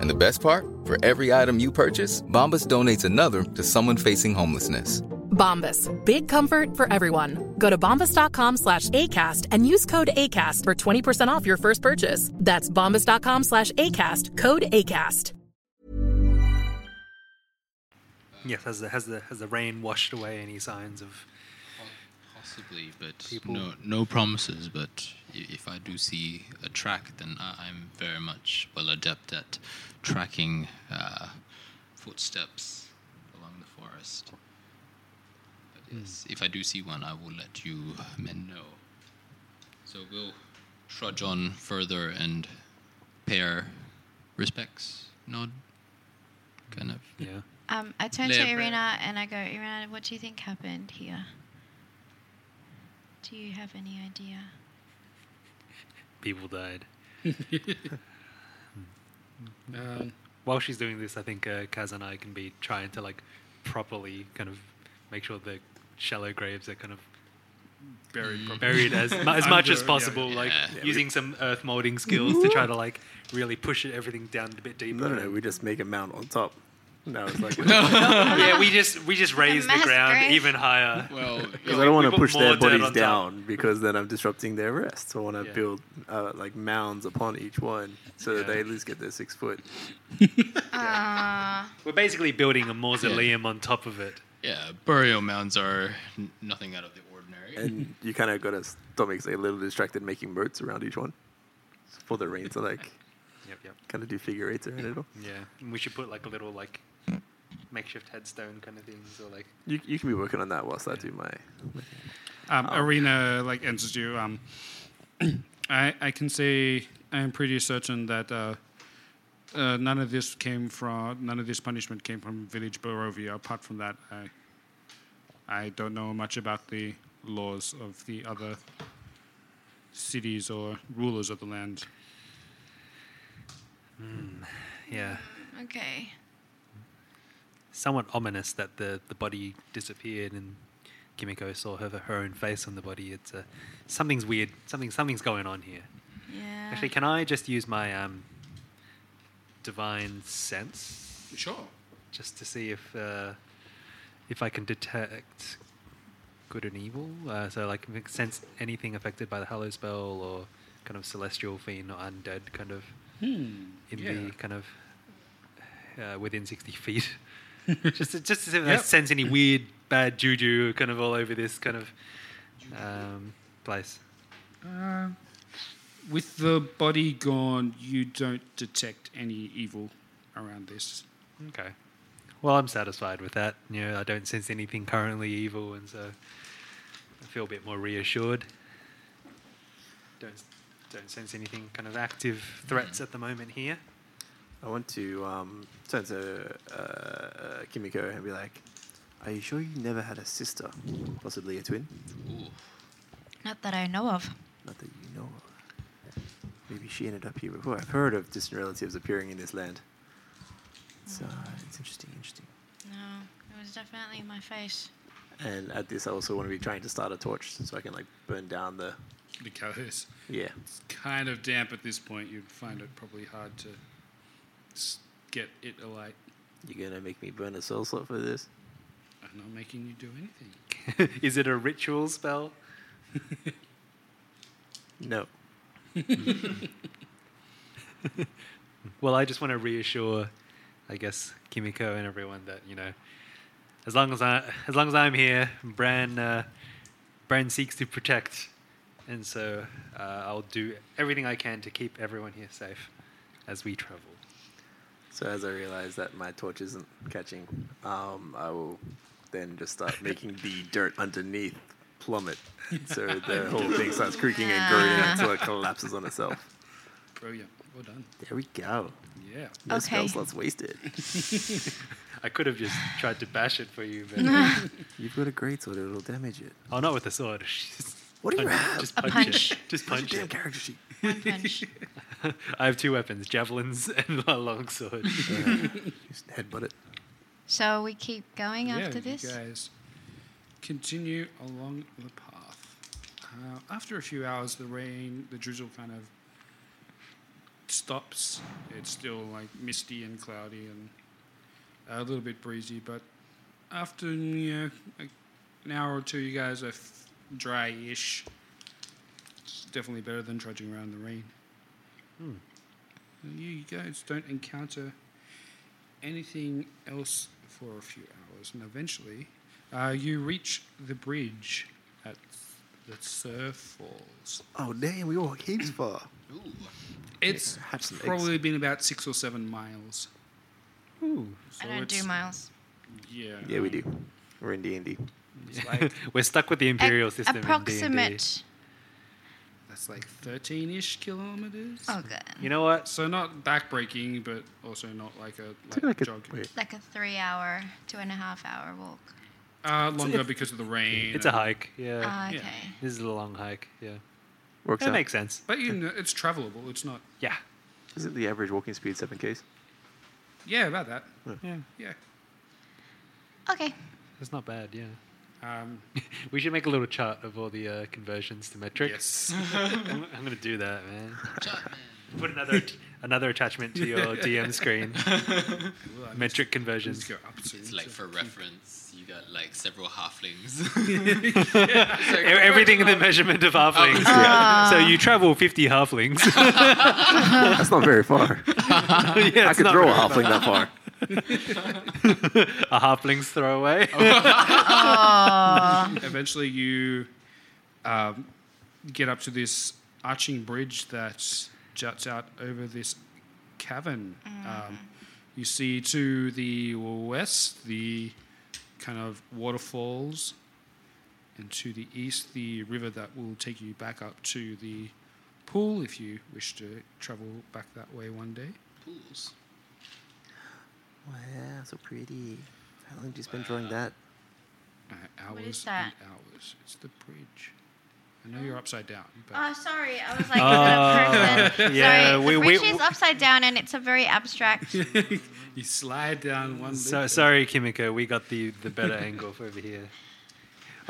S8: And the best part? For every item you purchase, Bombas donates another to someone facing homelessness.
S9: Bombas. Big comfort for everyone. Go to bombas.com slash ACAST and use code ACAST for 20% off your first purchase. That's bombas.com slash ACAST. Code ACAST.
S4: Yes, has the has the has the rain washed away any signs of
S7: possibly, but
S4: People-
S7: no, no promises. But i- if I do see a track, then I, I'm very much well adept at tracking uh, footsteps along the forest. But yes, if I do see one, I will let you men know. So we'll trudge on further and pay our respects, nod, kind of.
S4: Yeah.
S2: Um, I turn to
S7: Leah Brand.
S2: Irina and I go, Irina, what do you think happened here? Do you have any idea?
S4: people died?
S1: Um,
S4: While she's doing this, I think uh, Kaz and I can be trying to like properly kind of make sure the shallow graves are kind of
S1: buried, properly.
S4: buried as mu- as much as
S1: Under- yeah,
S4: possible,
S1: yeah.
S4: like
S1: Yeah.
S4: using some earth molding skills to try to like really push it, everything down a bit deeper.
S5: No, no, no. We just make a mount on top. No, it's like
S4: yeah, we just we just raise the
S5: mass
S4: ground
S5: grave.
S4: even higher.
S7: Well,
S5: Because I don't want to push their bodies
S4: on top.
S5: down because then I'm disrupting their rest. So I want to
S4: Yeah.
S5: build uh, like mounds upon each one so that
S4: Yeah.
S5: they at least get their six foot.
S4: We're basically building a mausoleum on top of it.
S7: Yeah, burial mounds are n- nothing out of the ordinary.
S5: And you kind of got to stomach's a little distracted making moats around each one for the rain to like
S4: Yep, yep.
S5: kind of do figure eights around it all.
S4: Yeah, and we should put like a little like makeshift headstone kind of things, or like
S5: You, you can be working on that whilst I do my.
S1: um, arena like enters you. Um, I I can say I am pretty certain that uh, uh, none of this came from none of this punishment came from Village Barovia. Apart from that, I I don't know much about the laws of the other cities or rulers of the land.
S4: yeah,
S2: Okay.
S4: somewhat ominous that the the body disappeared and Kimiko saw her her own face on the body, it's uh, something's weird. Something something's going on here.
S2: Yeah.
S4: Actually, can I just use my um, divine sense?
S1: Sure.
S4: Just to see if uh, if I can detect good and evil. Uh, so, like, if I sense anything affected by the Hallow spell or kind of celestial fiend or undead kind of
S1: Hmm,
S4: in
S1: yeah.
S4: the kind of uh, within sixty feet. just to, just to see if I
S1: Yep.
S4: sense any weird bad juju kind of all over this kind of um, place.
S1: Uh, with the body gone, you don't detect any evil around this.
S4: Okay. Well, I'm satisfied with that. You know, I don't sense anything currently evil, and so I feel a bit more reassured. Don't don't sense anything kind of active threats at the moment here.
S5: I want to um, turn to uh, uh, Kimiko and be like, "Are you sure you never had a sister, possibly a twin?
S2: Not that I know of.
S5: Not that you know of. Maybe she ended up here before. I've heard of distant relatives appearing in this land. It's, uh, it's interesting, interesting.
S2: No, it was definitely my face.
S5: And at this, I also want to be trying to start a torch so I can like burn down the.
S1: Because
S5: Yeah.
S1: it's kind of damp at this point. You'd find it probably hard to s- get it alight.
S5: You're gonna make me burn a soul slot for this.
S1: I'm not making you do anything.
S4: Is it a ritual spell?
S5: No.
S4: Well, I just want to reassure, I guess, Kimiko and everyone that you know, as long as I, as long as I'm here, Bran, uh, Bran seeks to protect, and so uh, I'll do everything I can to keep everyone here safe as we travel.
S5: So as I realize that my torch isn't catching, um, I will then just start making the dirt underneath plummet. So the whole thing starts creaking and groaning until it collapses on itself.
S1: Brilliant. Well done.
S5: There we go.
S1: Yeah.
S5: No spell
S1: Okay.
S5: slots wasted.
S4: I could have just tried to bash it for you, but
S5: You've got a great sword; it'll damage it.
S4: oh, not with the sword.
S5: What do you
S4: Punch-
S5: have?
S4: Just punch, it. Just
S5: Where's
S4: punch
S5: your
S4: it.
S5: Damn character sheet.
S4: I have two weapons: javelins and a longsword.
S5: just headbutt it.
S2: So we keep going
S1: yeah,
S2: after
S1: you
S2: this?
S1: guys continue along the path. Uh, after a few hours, the rain, the drizzle kind of stops. It's still like misty and cloudy and a little bit breezy, but after you know, like an hour or two, you guys are f- dry ish. It's definitely better than trudging around in the rain.
S4: Hmm.
S1: And You guys don't encounter anything else for a few hours, and eventually uh, you reach the bridge at the Surf Falls.
S5: Oh damn! We walked heaps far.
S1: It's
S5: have some eggs.
S1: probably been about six or seven miles.
S4: Ooh.
S2: I don't do
S1: it's-
S2: miles.
S1: Yeah.
S5: Yeah, we do. We're in D and D.
S1: It's like
S4: We're stuck with the imperial system. in D&D.
S2: Approximate.
S1: that's like thirteen-ish kilometers.
S2: Oh, good.
S4: You know what?
S1: So not backbreaking, but also not like a like, jog.
S2: Like a three hour, two and a half hour walk.
S1: Uh,
S4: It's-
S1: longer
S4: it's-
S1: because of the rain.
S4: It's a
S1: and-
S4: hike. Yeah.
S2: Ah, okay.
S4: This is a long hike. Yeah.
S5: Works
S4: that
S5: out.
S4: makes sense.
S1: But you know, it's travelable. It's not.
S4: Yeah.
S5: Is it the average walking speed seven k's?
S1: Yeah, about that.
S4: Yeah.
S1: Yeah.
S2: Okay.
S4: That's not bad. Yeah.
S1: Um,
S4: We should make a little chart of all the uh, conversions to metric.
S1: Yes.
S4: I'm, I'm gonna do that, man. Put another at- another attachment to your DM screen.
S1: Well, I
S4: metric
S1: Let's
S4: conversions.
S1: go up soon.
S7: It's like
S1: so-
S7: for reference, you got like several halflings.
S4: E- Everything in the measurement of halflings.
S7: Yeah.
S4: So you travel 50 halflings.
S5: That's not very far. I could throw a halfling that far.
S4: a halfling's throwaway.
S1: Eventually, you um, get up to this arching bridge that juts out over this cavern.
S2: Mm-hmm.
S1: Um, you see to the west the kind of waterfalls, and to the east the river that will take you back up to the pool if you wish to travel back that way one day.
S7: Pools.
S5: Wow, so pretty. How long did you spend drawing that?
S1: Uh, hours
S2: What is that?
S1: and hours. It's the bridge. I know you're upside down, but
S2: Oh, sorry. I was like,
S4: Oh,
S2: the person.
S4: yeah,
S2: sorry.
S4: we-
S2: the
S4: we-
S2: bridge
S4: we-
S2: is upside down and it's a very abstract.
S1: you slide down one.
S4: So,
S1: loop.
S4: sorry, Kimiko, we got the, the better angle over here.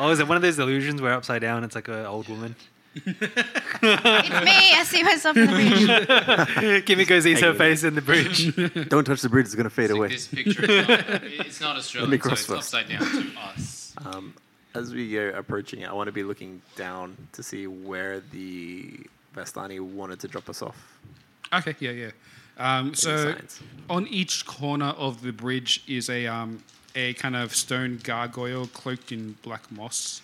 S4: Oh, is it one of those illusions where upside down it's like an old woman?
S2: It's me. I see myself in the bridge.
S4: Kimmy goes eats her face in the bridge.
S5: Don't touch the bridge; it's gonna fade away.
S7: This picture is not, it's not
S5: Let
S7: Australian,
S5: me
S7: so
S5: cross
S7: it's
S5: first.
S7: upside down to us.
S5: Um, as we go approaching it, I want to be looking down to see where the Vastani wanted to drop us off.
S1: Okay, yeah, yeah. Um, so
S5: signs.
S1: on each corner of the bridge is a um, a kind of stone gargoyle cloaked in black moss.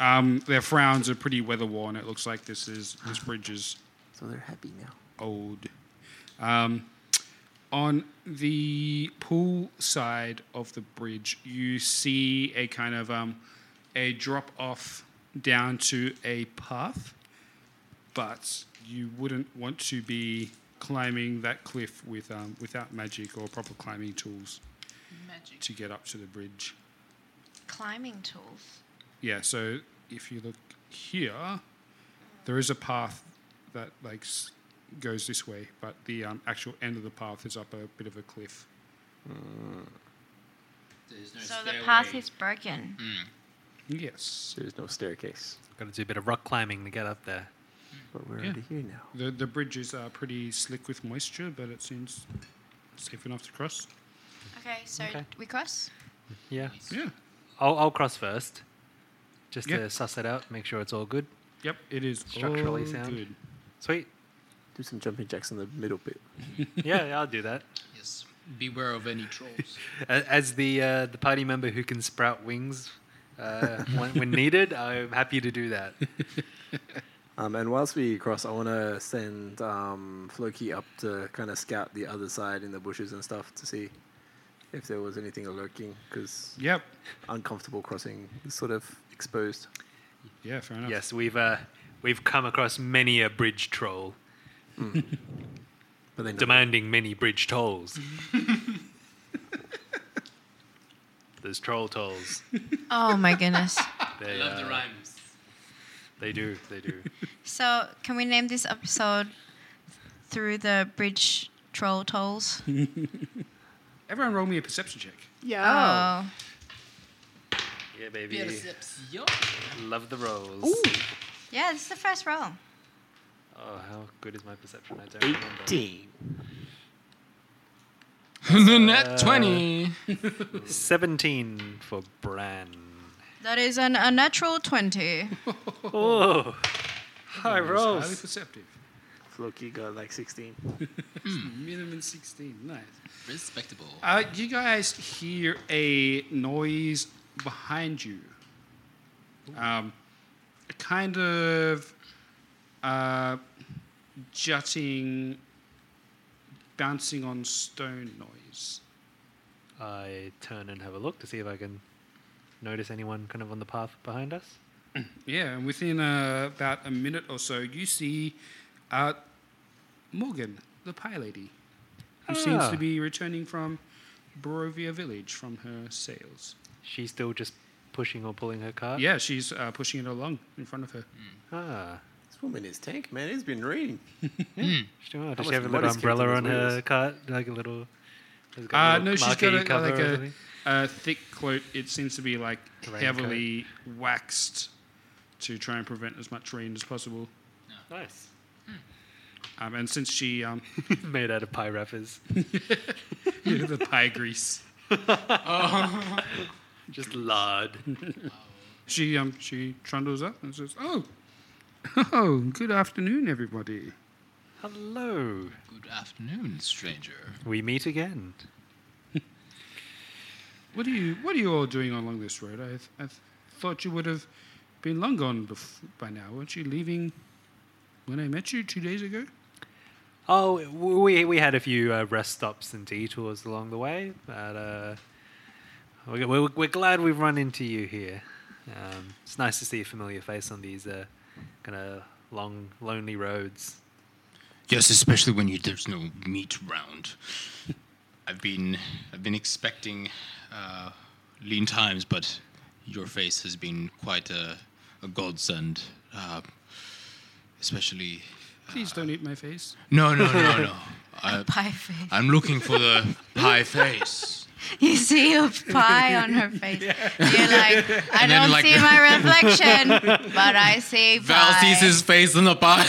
S1: um, their frowns are pretty weather worn. It looks like this is this bridge is
S5: So they're happy now.
S1: old. Um, on the pool side of the bridge, you see a kind of um, a drop off down to a path, but you wouldn't want to be climbing that cliff with um, without magic or proper climbing tools
S2: Magic.
S1: to get up to the bridge.
S2: Climbing tools.
S1: Yeah, so if you look here, there is a path that like s- goes this way, but the um, actual end of the path is up a bit of a cliff.
S7: There's no
S2: So the path
S7: stairway.
S2: is broken.
S1: Yes.
S5: There's no staircase.
S4: Got to do a bit of rock climbing to get up there.
S5: But we're
S1: Yeah.
S5: already here now.
S1: The the bridges are pretty slick with moisture, but it seems safe enough to cross.
S2: Okay, so
S4: Okay.
S2: we cross.
S4: Yeah.
S1: Yeah.
S4: I'll, I'll cross first, just
S1: Yep.
S4: to suss it out, make sure it's all good.
S1: Yep, it is
S4: Structurally
S1: all
S4: sound.
S1: good.
S4: Sweet.
S5: Do some jumping jacks in the middle bit.
S4: Yeah, yeah, I'll do that.
S7: Yes. Beware of any trolls.
S4: A- As the uh, the party member who can sprout wings uh, when, when needed, I'm happy to do that.
S5: Um, and whilst we cross, I want to send um, Floki up to kind of scout the other side in the bushes and stuff to see if there was anything lurking. Because
S1: Yep.
S5: uncomfortable crossing is sort of exposed.
S1: Yeah, fair enough.
S4: Yes, we've uh, we've come across many a bridge troll,
S5: But they know
S4: demanding many bridge tolls. There's troll tolls.
S2: Oh my goodness.
S4: They,
S7: Love the
S4: uh,
S7: rhymes.
S4: They do. They do.
S2: So can we name this episode Through the Bridge Troll Tolls?
S1: Everyone, roll me a perception check.
S2: Yeah.
S4: yeah, baby.
S7: yo.
S4: Love the rolls.
S2: Yeah, this is the first roll.
S4: Oh, how good is my perception? I don't remember.
S7: the net 20.
S4: 17 for Bran.
S2: That is an unnatural 20.
S1: It
S4: Oh, high
S1: was Highly
S4: rolls.
S1: perceptive.
S5: Floki got like 16.
S1: Minimum sixteen. Nice.
S7: Respectable.
S1: Uh, you guys hear a noise behind you. Um, a kind of uh, jutting, bouncing on stone noise.
S4: I turn and have a look to see if I can notice anyone kind of on the path behind us.
S1: Yeah, and within uh, about a minute or so, you see uh, Morgan, the pie lady, who seems
S4: Ah.
S1: to be returning from Barovia Village from her sales.
S4: She's still just pushing or pulling her cart.
S1: Yeah, she's uh, pushing it along in front of her.
S4: Ah.
S5: This woman is tank, man. It's been raining.
S4: She- oh,
S5: much
S4: does she have a
S5: mud
S4: little
S5: is kicked in
S4: umbrella
S5: those
S4: on her
S5: wheels?
S4: cart? Like a little. has
S1: Uh,
S4: it got a
S1: no,
S4: little
S1: she's
S4: marquee
S1: got a,
S4: cover
S1: like
S4: or
S1: a,
S4: something?
S1: a thick cloak. It seems to be like
S4: Raincoat.
S1: heavily waxed to try and prevent as much rain as possible.
S4: Nice.
S1: Um, and since she um,
S4: Made out of pie wrappers.
S1: the pie grease,
S4: Just lard.
S1: she um, she trundles up and says, "Oh, oh, good afternoon, everybody."
S4: Hello.
S7: Good afternoon, stranger.
S4: We meet again.
S1: What are you What are you all doing along this road? I, th- I th- thought you would have been long gone bef- by now. weren't you leaving when I met you two days ago?
S4: Oh, w- we we had a few uh, rest stops and detours along the way, but uh, we're, we're, we're glad we've run into you here. Um, it's nice to see a familiar face on these uh, kind of long, lonely roads.
S7: Yes, especially when you, there's no meat round. I've been I've been expecting uh, lean times, but your face has been quite a, a godsend, uh, especially.
S1: Please don't eat my face.
S7: No, no, no, no. I,
S2: Pie face.
S7: I'm looking for the pie face.
S2: you see a pie on her face. You're like, I
S7: And then,
S2: don't
S7: like-
S2: see my reflection, but I see
S7: Val
S2: pie.
S7: sees his face in the pot.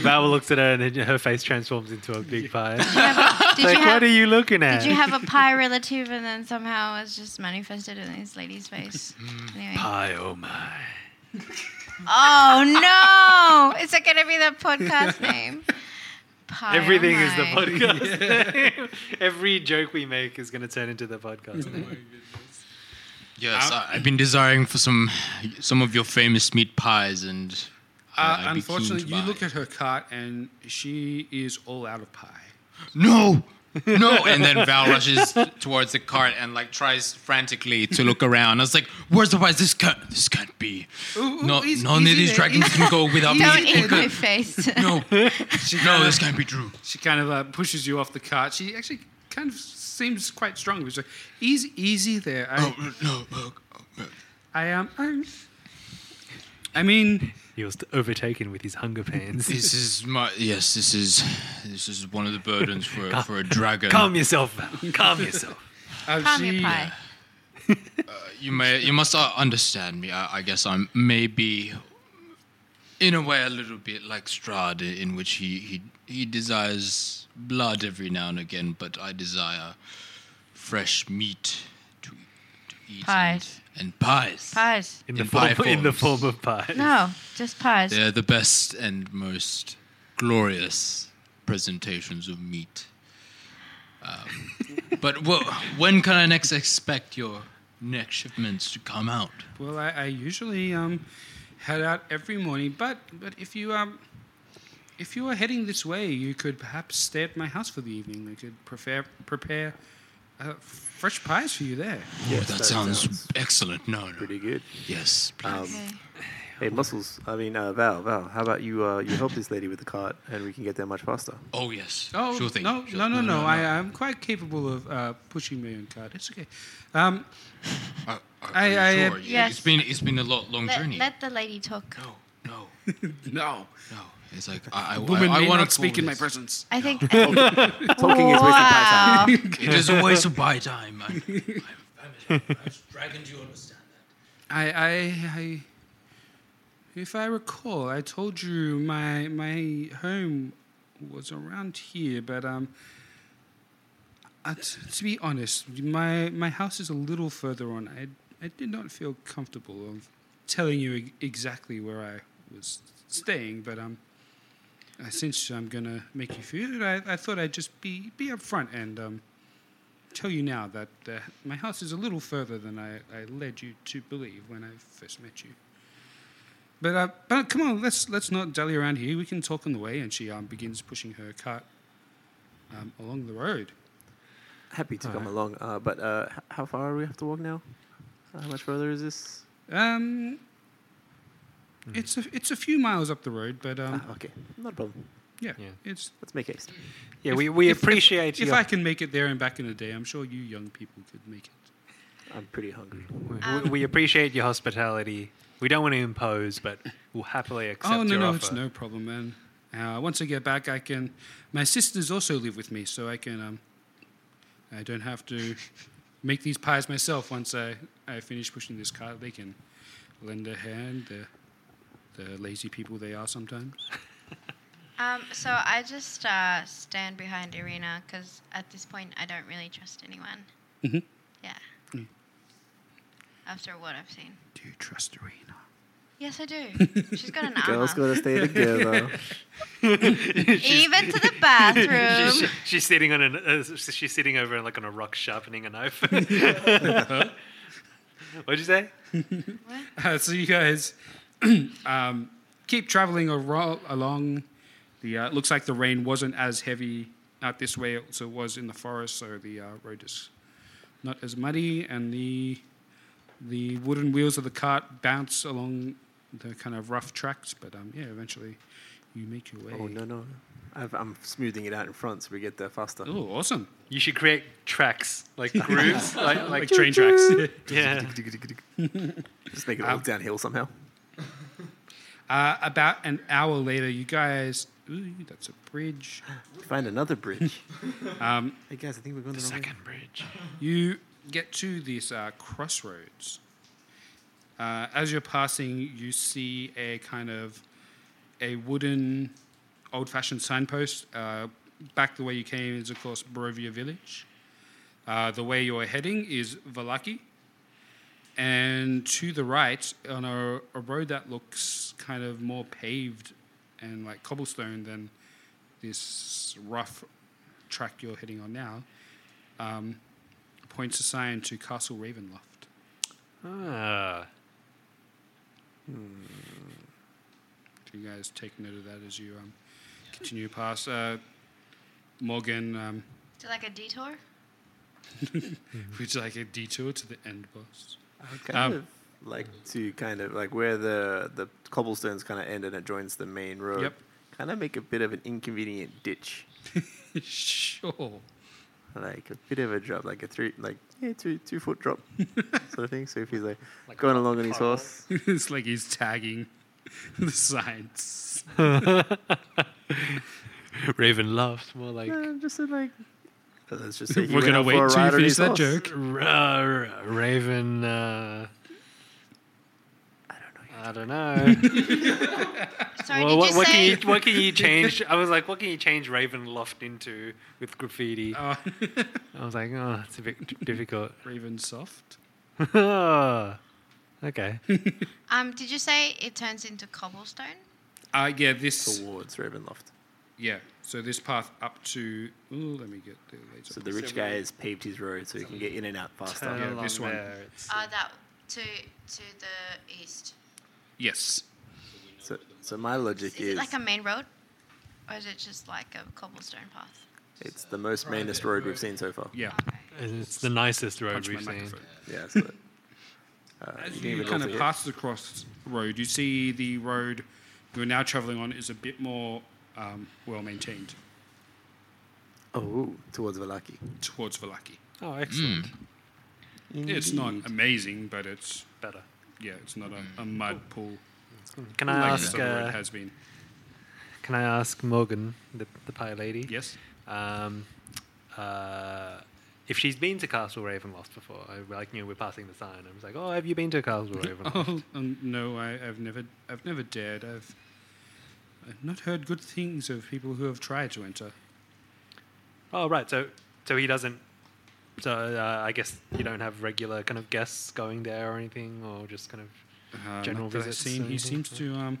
S4: Val looks at her and then her face transforms into a big pie.
S2: Did
S4: like,
S2: you have-
S4: what are you looking at?
S2: Did you have a pie relative and then somehow it was just manifested in this lady's face?
S7: Mm.
S2: Anyway.
S4: pie? Oh my!
S2: Oh no! Is that gonna be the podcast name? Pie, oh
S4: Everything is the
S2: my.
S4: podcast. name. Every joke we make is going to turn into the podcast. name.
S7: yes, I, I've been desiring for some some of your famous meat pies, and
S1: Uh,
S7: I'd be keen
S1: unfortunately,
S7: to
S1: you
S7: buy.
S1: look at her cart and she is all out of pie.
S7: no, no. And then Val rushes towards the cart and like tries frantically to look around. I was like, "Where's the pies? This can't, this can't be. no,
S2: easy-
S7: none of
S2: easy
S7: these
S2: there,
S7: dragons
S2: easy-
S7: can go without
S2: Don't
S7: meat.
S2: eat my
S7: Okay.
S2: face.
S7: No, no, this can't be true."
S1: She kind of uh, pushes you off the cart. She actually kind of seems quite strong. She's like, easy, easy there. I,
S7: Oh.
S1: I am. I'm, I mean,
S4: he was overtaken with his hunger pains.
S7: This is my yes. This is this is one of the burdens for
S4: Calm-
S7: for a dragon.
S4: Calm yourself, Val. Calm yourself.
S1: Uh,
S2: Calm your
S1: she-
S2: pie.
S7: You may you must uh, understand me. I, I guess I'm maybe, in a way, a little bit like Strad, in which he he he desires blood every now and again, but I desire fresh meat
S2: Pies.
S7: and pies.
S2: Pies.
S4: In the,
S7: pie
S4: form, in the
S7: forms.
S4: form of pie.
S2: No, just pies.
S7: They're the best and most glorious presentations of meat. Um, but wha when can I next expect your next shipments to come out?
S1: Well, I, I usually um, head out every morning, but but if you um, if you are heading this way, you could perhaps stay at my house for the evening. They could prepare prepare uh, fresh pies for you there.
S7: Oh, that, sounds, excellent. No, no. Pretty
S5: good.
S7: Yes.
S1: Uh,
S5: Um, Hey, muscles. I mean, uh, Val, Val. How about you? Uh, you help this lady with the cart, and we can get there much faster.
S7: Oh yes.
S1: Oh
S7: sure thing.
S1: No,
S7: Sure-
S1: no, no, no, I uh, am quite capable of uh, pushing my own cart. It's okay. Um,
S7: Are you
S1: I- uh, I-
S7: sure?
S2: Yes.
S7: It's been it's been a lot long
S2: Let,
S7: journey.
S2: let the lady talk.
S7: no,
S1: no,
S7: no. It's like I, I,
S1: Woman
S7: I, I
S1: may
S7: want
S1: not
S7: to
S1: speak in my presence.
S2: I think.
S7: Talking is wasting my time. It is a waste of my
S1: buy
S7: time. I- Dragon, do you understand?
S1: I, I, I, if I recall, I told you my my home was around here, but um, uh, t- to be honest, my my house is a little further on. I I did not feel comfortable of telling you e- exactly where I was staying, but um, uh, since I'm gonna make you feel it, I, I thought I'd just be be upfront and um, tell you now that uh, my house is a little further than I, I led you to believe when I first met you. But uh, but come on, let's let's not dally around here. We can talk on the way. And she um, begins pushing her cart um, along the road.
S5: Happy to come
S1: Alright.
S5: along. Uh, but uh, h- how far do we have to walk now? Uh, How much further is this?
S1: Um,
S4: Hmm.
S1: it's a it's a few miles up the road, but um,
S5: Ah,
S4: Uh-huh.
S5: okay, not a problem.
S1: Yeah, it's
S5: let's make haste.
S4: Yeah, we- we appreciate
S1: If, if
S4: your-
S1: I can make it there and back in a day, I'm sure you young people could make it.
S5: I'm pretty hungry.
S4: We,
S1: Um,
S4: we appreciate your hospitality. We don't want to impose, but we'll happily accept
S1: oh no
S4: your
S1: no,
S4: offer.
S1: it's no problem, man. Uh, once I get back, I can. My sisters also live with me, so I can. Um, I don't have to make these pies myself. Once I, I finish pushing this cart, they can lend a hand. The, the lazy people they are sometimes.
S2: Um, so I just uh, stand behind Irina because at this point I don't really trust anyone.
S1: Mhm.
S4: Mm-hmm.
S2: Yeah.
S1: Mm.
S2: After what I've seen.
S1: Do you trust Irina?
S2: Yes, I do. She's got an armor.
S5: Girls gotta stay together.
S2: Even to the bathroom.
S1: Um,
S4: she's, she's sitting on an. Uh, she's sitting over like on a rock sharpening a knife. What'd you say?
S1: Uh, so you guys um, keep traveling aro- along. The uh, it looks like the rain wasn't as heavy out this way as it was in the forest, so the uh, road is not as muddy, and the the wooden wheels of the cart bounce along the kind of rough tracks. But um, yeah, eventually you make your way.
S5: Oh no no, I've, I'm smoothing it out in front so we get there faster.
S1: Oh, awesome!
S4: You should create tracks like grooves, like, like,
S1: Like train tracks.
S4: yeah.
S5: Just make it all downhill somehow.
S1: Uh, about an hour later, you guys Ooh, that's a bridge.
S5: Find another bridge.
S1: um,
S5: hey guys, I think we're going the, wrong way.
S1: bridge. You get to this uh, crossroads. Uh, as you're passing, you see a kind of a wooden, old-fashioned signpost. Uh, back the way you came is, of course, Barovia Village. Uh, the way you're heading is Valaki, and to the right on a, a road that looks kind of more paved and like cobblestone than this rough track you're heading on now. Um, points a sign to Castle Ravenloft.
S4: Ah.
S1: Do you guys take note of that as you um, continue past? Uh, Morgan, um,
S2: Is it like a detour?
S1: would you like a detour to the end boss?
S5: Kind of like to kind of like where the the cobblestones kind of end and it joins the main road.
S1: Yep.
S5: Kind of make a bit of an inconvenient ditch.
S1: sure.
S5: Like a bit of a drop, like a three, like yeah, two two foot drop sort of thing. So if he's like, going along on his horse,
S1: it's like he's tagging the signs.
S4: Raven laughs more like.
S5: "Yeah, uh, just said, like let's just say he
S1: We're
S5: went
S1: gonna
S5: out for
S1: wait
S5: a
S1: till you
S5: ride on
S1: finish
S5: his
S1: that
S5: horse.
S1: joke.
S4: R- uh, Raven. Uh, I don't know. I don't know.
S2: Sorry,
S4: well,
S2: did
S4: what,
S2: you
S4: what
S2: say-
S4: can you what can you change? I was like, what can you change Ravenloft into with graffiti?
S1: Oh.
S4: I was like, oh, it's a bit d- difficult. Oh,
S1: Raven soft.
S4: okay.
S2: Um, did you say it turns into cobblestone?
S1: Uh, yeah, this
S5: towards Ravenloft.
S1: Yeah, so this path up to. Ooh, let me get the laser.
S5: So the rich guy has paved his road so he can get in and out faster.
S1: Turn Yeah, along this one. there,
S2: Uh, that to to the east.
S1: Yes.
S5: So, so my logic
S2: Is
S5: is
S2: it like a main road, or is it just like a cobblestone path?
S5: it's the most mainest road we've seen so far.
S1: Yeah.
S4: And it's the nicest road
S1: Punch my
S4: we've seen.
S1: microphone.
S5: Yeah. So, uh,
S1: As
S5: you
S1: you
S5: even
S1: kind
S5: go
S1: of
S5: for it.
S1: pass the crossroad, you see the road you're now traveling on is a bit more um, well maintained
S5: Oh, towards Valaki.
S1: towards Valaki.
S4: Oh, excellent.
S1: It's not
S4: Indeed.
S1: amazing, but it's
S4: better.
S1: Yeah, it's not a, a mud pool.
S4: Can I
S1: like
S4: ask,
S1: some road
S4: uh,
S1: has been.
S4: Can I ask Morgan, the, the pie lady?
S1: Yes.
S4: Um, uh, if she's been to Castle Ravenloft before, I like you know, we're passing the sign. I was like, oh, have you been to Castle Ravenloft?
S1: Oh um, no, I, I've never, I've never dared. I've, I've not heard good things of people who have tried to enter.
S4: oh, right. So, so he doesn't. So uh, I guess you don't have regular kind of guests going there or anything, or just kind of
S1: Uh,
S4: general
S1: not that I've
S4: visits.
S1: seen.
S4: or
S1: He
S4: anything?
S1: seems to. Um,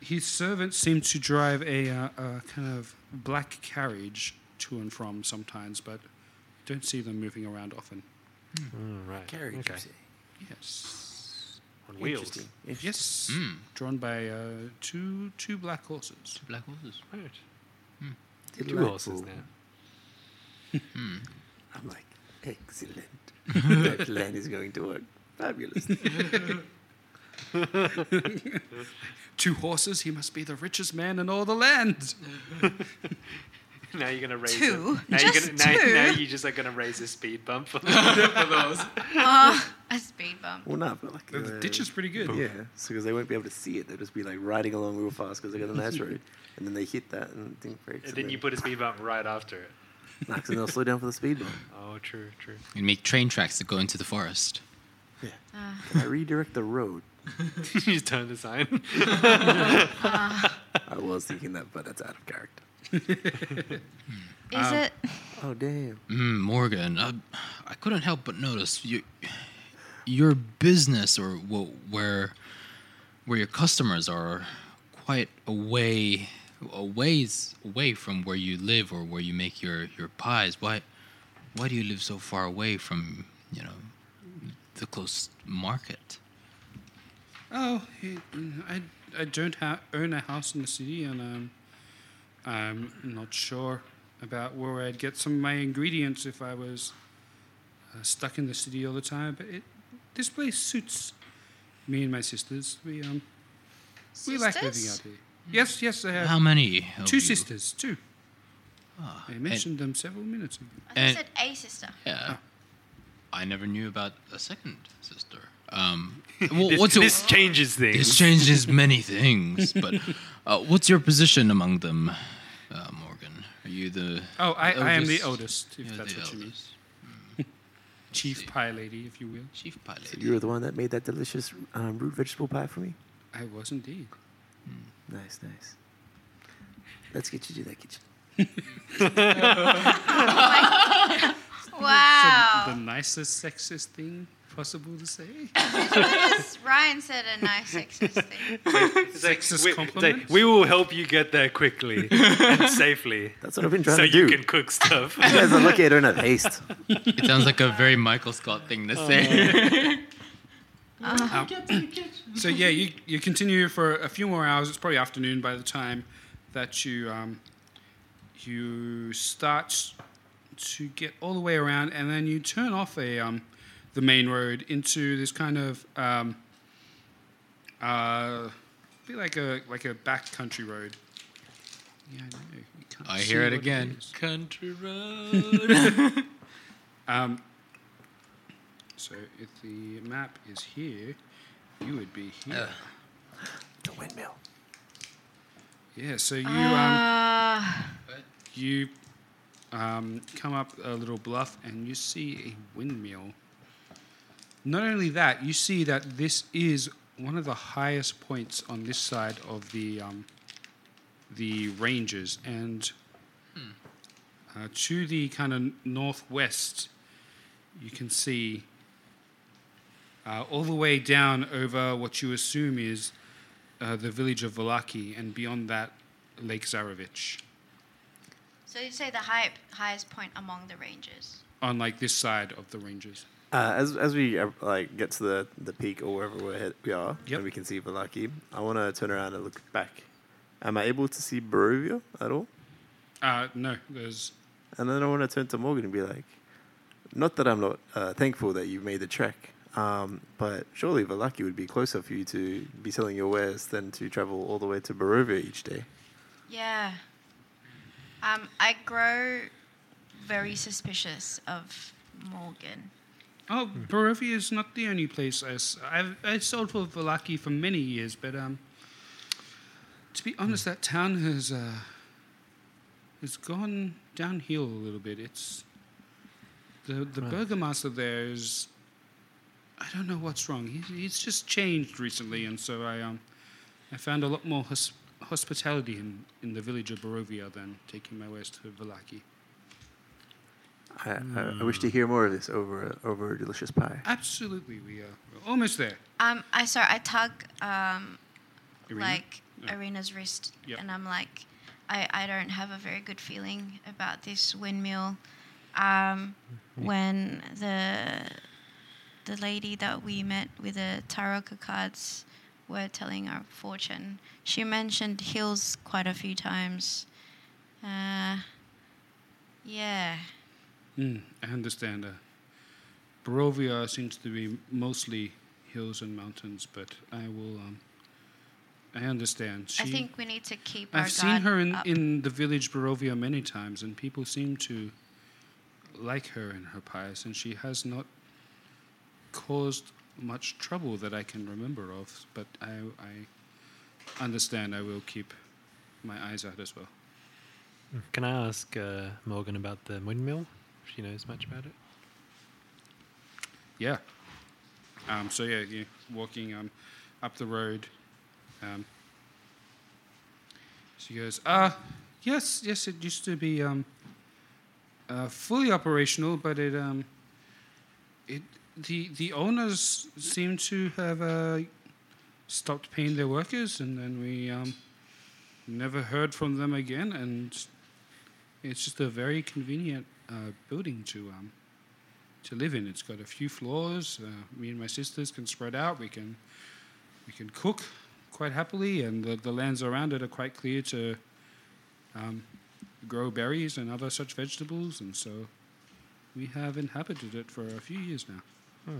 S1: his servants seem to drive a, uh, a kind of black carriage to and from sometimes, but don't see them moving around often.
S4: Mm, right.
S5: Carriage, you
S4: okay.
S5: say?
S1: Yes.
S4: On wheels.
S5: Interesting.
S1: Yes. Drawn by uh, two two black horses. Two
S7: black horses.
S4: Right.
S5: Delightful.
S4: Two horses now.
S5: I'm like, excellent. that plan is going to work. Fabulous.
S1: Two horses. He must be the richest man in all the land.
S4: Now you're gonna raise
S1: Two?
S4: It. Now you're
S1: Just
S4: gonna,
S1: two?
S4: Now, now you just are gonna raise the speed bump for, for those.
S2: oh, a speed bump.
S5: well, not, but like uh,
S1: The- the ditch is pretty good.
S5: Yeah, so because they won't be able to see it, they'll just be like riding along real fast because they got a nice road, and then they hit that and thing breaks.
S4: And then you put a speed bump right after it.
S5: knocks and they'll slow down for the speed bump.
S4: Oh, true, true.
S7: And make train tracks that go into the forest.
S5: Can I redirect the road?
S4: you just turn the sign.
S5: I was thinking that, but that's out of character.
S2: Is
S7: Um,
S2: it?
S5: Oh damn.
S7: Mm, Morgan, uh, I couldn't help but notice you, your business or wh- where where your customers are quite away a ways away from where you live or where you make your, your pies. Why why do you live so far away from you know the close market?
S1: Oh, he- I, I don't ha- own a house in the city, and um, I'm not sure about where I'd get some of my ingredients if I was uh, stuck in the city all the time. But it, this place suits me and my sisters. We um, we like living
S7: Sisters?
S1: out here. Yes, yes, I have.
S7: How many of
S1: Two
S7: you?
S1: sisters, two. I mentioned them several minutes ago.
S4: Oh.
S2: I think you said a sister.
S7: Yeah. I never knew about a second sister. Um, well,
S4: This-
S7: what's
S4: this changes things.
S7: This changes many things. But uh, what's your position among them, uh, Morgan? Are you the?
S1: Oh, I, I am the oldest, if
S7: You're
S1: that's
S7: the
S1: what you mean. Chief pie lady, if you will.
S7: Chief pie lady.
S5: So you were the one that made that delicious um, root vegetable pie for me.
S1: I was indeed.
S5: Nice, nice. Let's get you to that kitchen.
S2: Wow.
S1: The, the nicest sexist thing possible to say.
S2: Yes, Ryan said a nice sexist thing.
S1: sexist
S4: we,
S1: compliment.
S4: they- we will help you get there quickly and safely.
S5: That's what I've been trying
S4: so
S5: to
S4: you
S5: do.
S4: can cook stuff.
S5: You guys are lucky I don't have haste.
S7: It sounds like a very Michael Scott thing to
S5: Oh.
S7: say.
S1: Um, so yeah, you, you continue for a few more hours. It's probably afternoon by the time that you um, you start to get all the way around, and then you turn off a um, the main road into this kind of um, uh, be like a like a back country road. Yeah, I know. You can't
S7: I
S1: see
S7: hear
S1: what
S7: it again.
S1: is.
S7: Country road.
S1: um, so if the map is here, you would be here.
S5: The windmill.
S1: Yeah, so you um,
S2: Ah.
S1: you um, come up a little bluff and you see a windmill. Not only that, you see that this is one of the highest points on this side of the um, the ranges, and
S5: Hmm.
S1: uh, to the kind of northwest, you can see uh, all the way down over what you assume is uh, the village of Valaki, and beyond that, Lake Zarevich.
S2: So you'd say the high, highest point among the ranges.
S1: on like this side of the ranges.
S5: Uh, as as we uh, like get to the, the peak or wherever we're head, we are,
S1: Yep.
S5: and we can see Valaki, I want to turn around and look back. Am I able to see Barovia at all?
S1: Uh, no, there's
S5: And then I want to turn to Morgan and be like, not that I'm not uh, thankful that you made the trek, um, but surely Valaki would be closer for you to be selling your wares than to travel all the way to Barovia each day.
S2: Yeah. Um, I grow very suspicious of Morgan.
S1: oh, Barovia is not the only place I s- I've I sold for Valaki for many years, but um, to be honest, that town has uh, has gone downhill a little bit. It's the the burgomaster there is. I don't know what's wrong. He's, he's just changed recently, and so I um, I found a lot more hosp- hospitality in, in the village of Barovia than taking my wares to Valaki.
S5: I, I, I wish to hear more of this over a, over a delicious pie.
S1: Absolutely, we are we're almost there.
S2: Um, I sorry, I tug um,
S1: Irina?
S2: like
S1: Yeah.
S2: Arena's wrist,
S1: Yep.
S2: and I'm like, I, I don't have a very good feeling about this windmill. Um,
S1: Mm-hmm.
S2: when the the lady that we met with the tarot cards were telling our fortune, she mentioned hills quite a few times. Uh, yeah.
S1: Mm, I understand. Uh, Barovia seems to be mostly hills and mountains, but I will. Um, I understand. She,
S2: I think we need to keep our
S1: I've seen
S2: guard
S1: her in,
S2: up.
S1: in the village Barovia many times, and people seem to like her and her pies, and she has not caused much trouble that I can remember of. But I, I understand. I will keep my eyes out as well.
S4: Can I ask uh, Morgan about the windmill? She knows much about it.
S1: Yeah. Um, so yeah, you're walking um, up the road. Um, she goes, "Ah, yes, yes. It used to be um, uh, fully operational, but it um, it the the owners seem to have uh, stopped paying their workers, and then we um, never heard from them again. And it's just a very convenient uh, building to um, to live in. It's got a few floors. Uh, me and my sisters can spread out. We can we can cook quite happily, and the, the lands around it are quite clear to um, grow berries and other such vegetables. And so we have inhabited it for a few years now.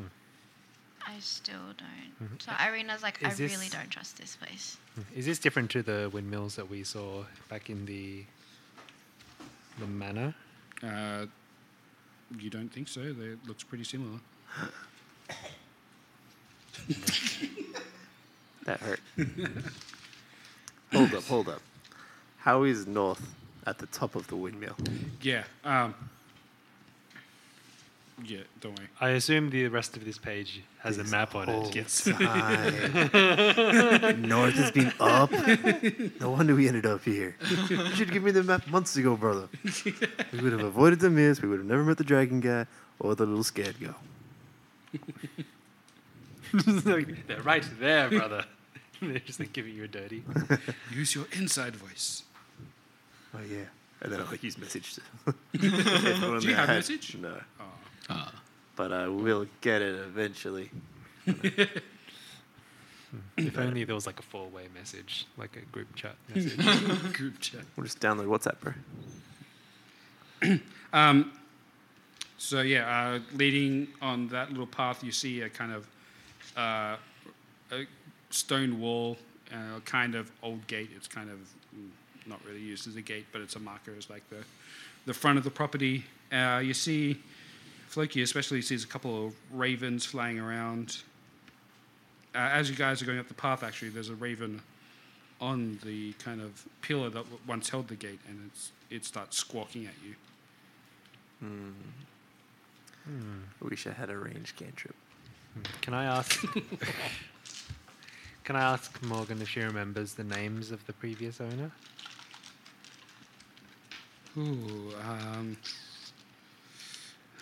S2: I still don't.
S4: Mhm.
S2: So Irina's like,
S4: Is
S2: I really
S4: this-
S2: don't trust this place.
S4: Is this different to the windmills that we saw back in the the manor?
S1: Uh, You don't think so? They, it looks pretty similar.
S5: That hurt. hold up, hold up. How is North at the top of the windmill?
S1: Yeah. Um, yeah, don't worry.
S4: I assume the rest of this page has a map on
S5: whole
S4: it. Yes.
S5: time. North has been up. No wonder we ended up here. You should have given me the map months ago, brother. We would have avoided the mist. We would have never met the dragon guy or the little scared girl.
S4: They're right there, brother. They're just like giving you a dirty.
S1: Use your inside voice.
S5: Oh yeah. And then I'll like use message. to- everyone
S1: Do you have
S5: that I had.
S1: message? Oh.
S5: No. Ah. But I will get it eventually.
S4: if only there was like a four-way message, like a group chat message.
S1: Group chat.
S5: We'll just download WhatsApp, bro.
S1: Um, so yeah, uh, leading on that little path, you see a kind of uh, a stone wall, uh, kind of old gate. It's kind of mm, not really used as a gate, but it's a marker as like the the front of the property. Uh, you see, Floki especially sees a couple of ravens flying around. Uh, as you guys are going up the path, actually, there's a raven on the kind of pillar that w- once held the gate, and it's it starts squawking at you.
S5: Hmm. I wish I had a range cantrip.
S4: Can I ask? can I ask Morgan if she remembers the names of the previous owner?
S1: Ooh, um,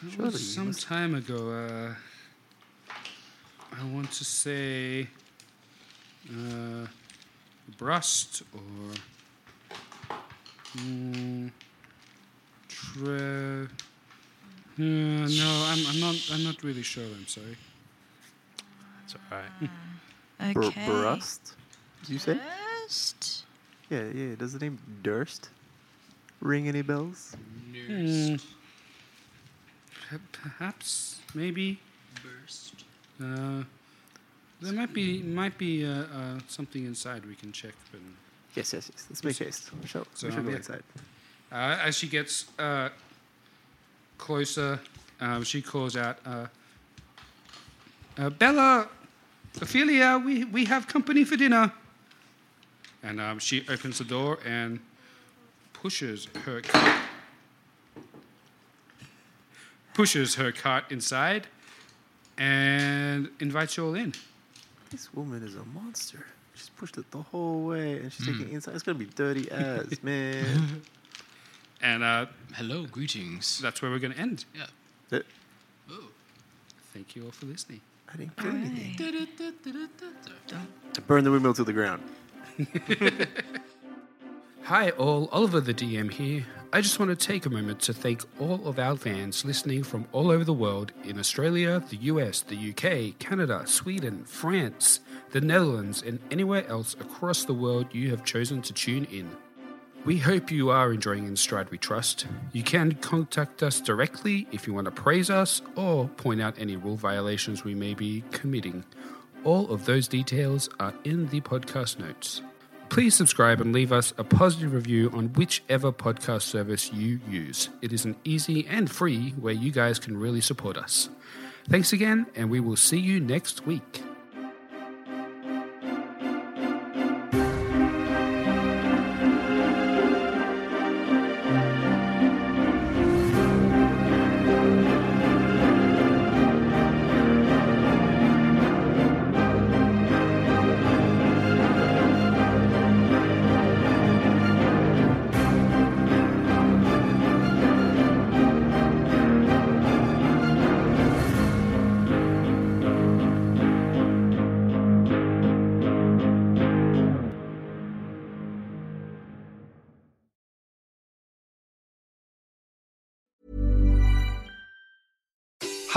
S1: that
S4: Surely
S1: was some
S4: you
S1: time ago. Uh, I want to say uh, Brust or mm, Tre. Uh, no, I'm, I'm not. I'm not really sure. I'm sorry.
S4: It's alright.
S5: Br-
S2: Okay. Uh.
S5: Brust? Did you say?
S2: Brust?
S5: Yeah, yeah. Does the name Durst ring any bells?
S1: Hmm. Per- Perhaps, maybe. Burst. Uh, there might be might be uh, uh, something inside we can check. But
S5: Yes, yes, yes. Let's make haste. We shall, we shall
S1: um,
S5: go
S1: yeah.
S5: inside.
S1: Uh, as she gets uh, closer, um, she calls out, uh, uh, "Bella, Ophelia, we we have company for dinner." And um, she opens the door and pushes her cart, pushes her cart inside, and invites you all in.
S5: This woman is a monster. She's pushed it the whole way, and she's taking inside. It's gonna be dirty as man.
S1: And uh,
S7: hello, greetings.
S1: That's where we're going to end.
S7: Yeah.
S5: Eh.
S1: Thank you all for listening.
S5: I didn't do anything. To burn the windmill to the ground.
S1: Hi, all. Oliver the DM here. I just want to take a moment to thank all of our fans listening from all over the world in Australia, the US, the UK, Canada, Sweden, France, the Netherlands, and anywhere else across the world you have chosen to tune in. We hope you are enjoying In Stride We Trust. You can contact us directly if you want to praise us or point out any rule violations we may be committing. All of those details are in the podcast notes. Please subscribe and leave us a positive review on whichever podcast service you use. It is an easy and free way you guys can really support us. Thanks again, and we will see you next week.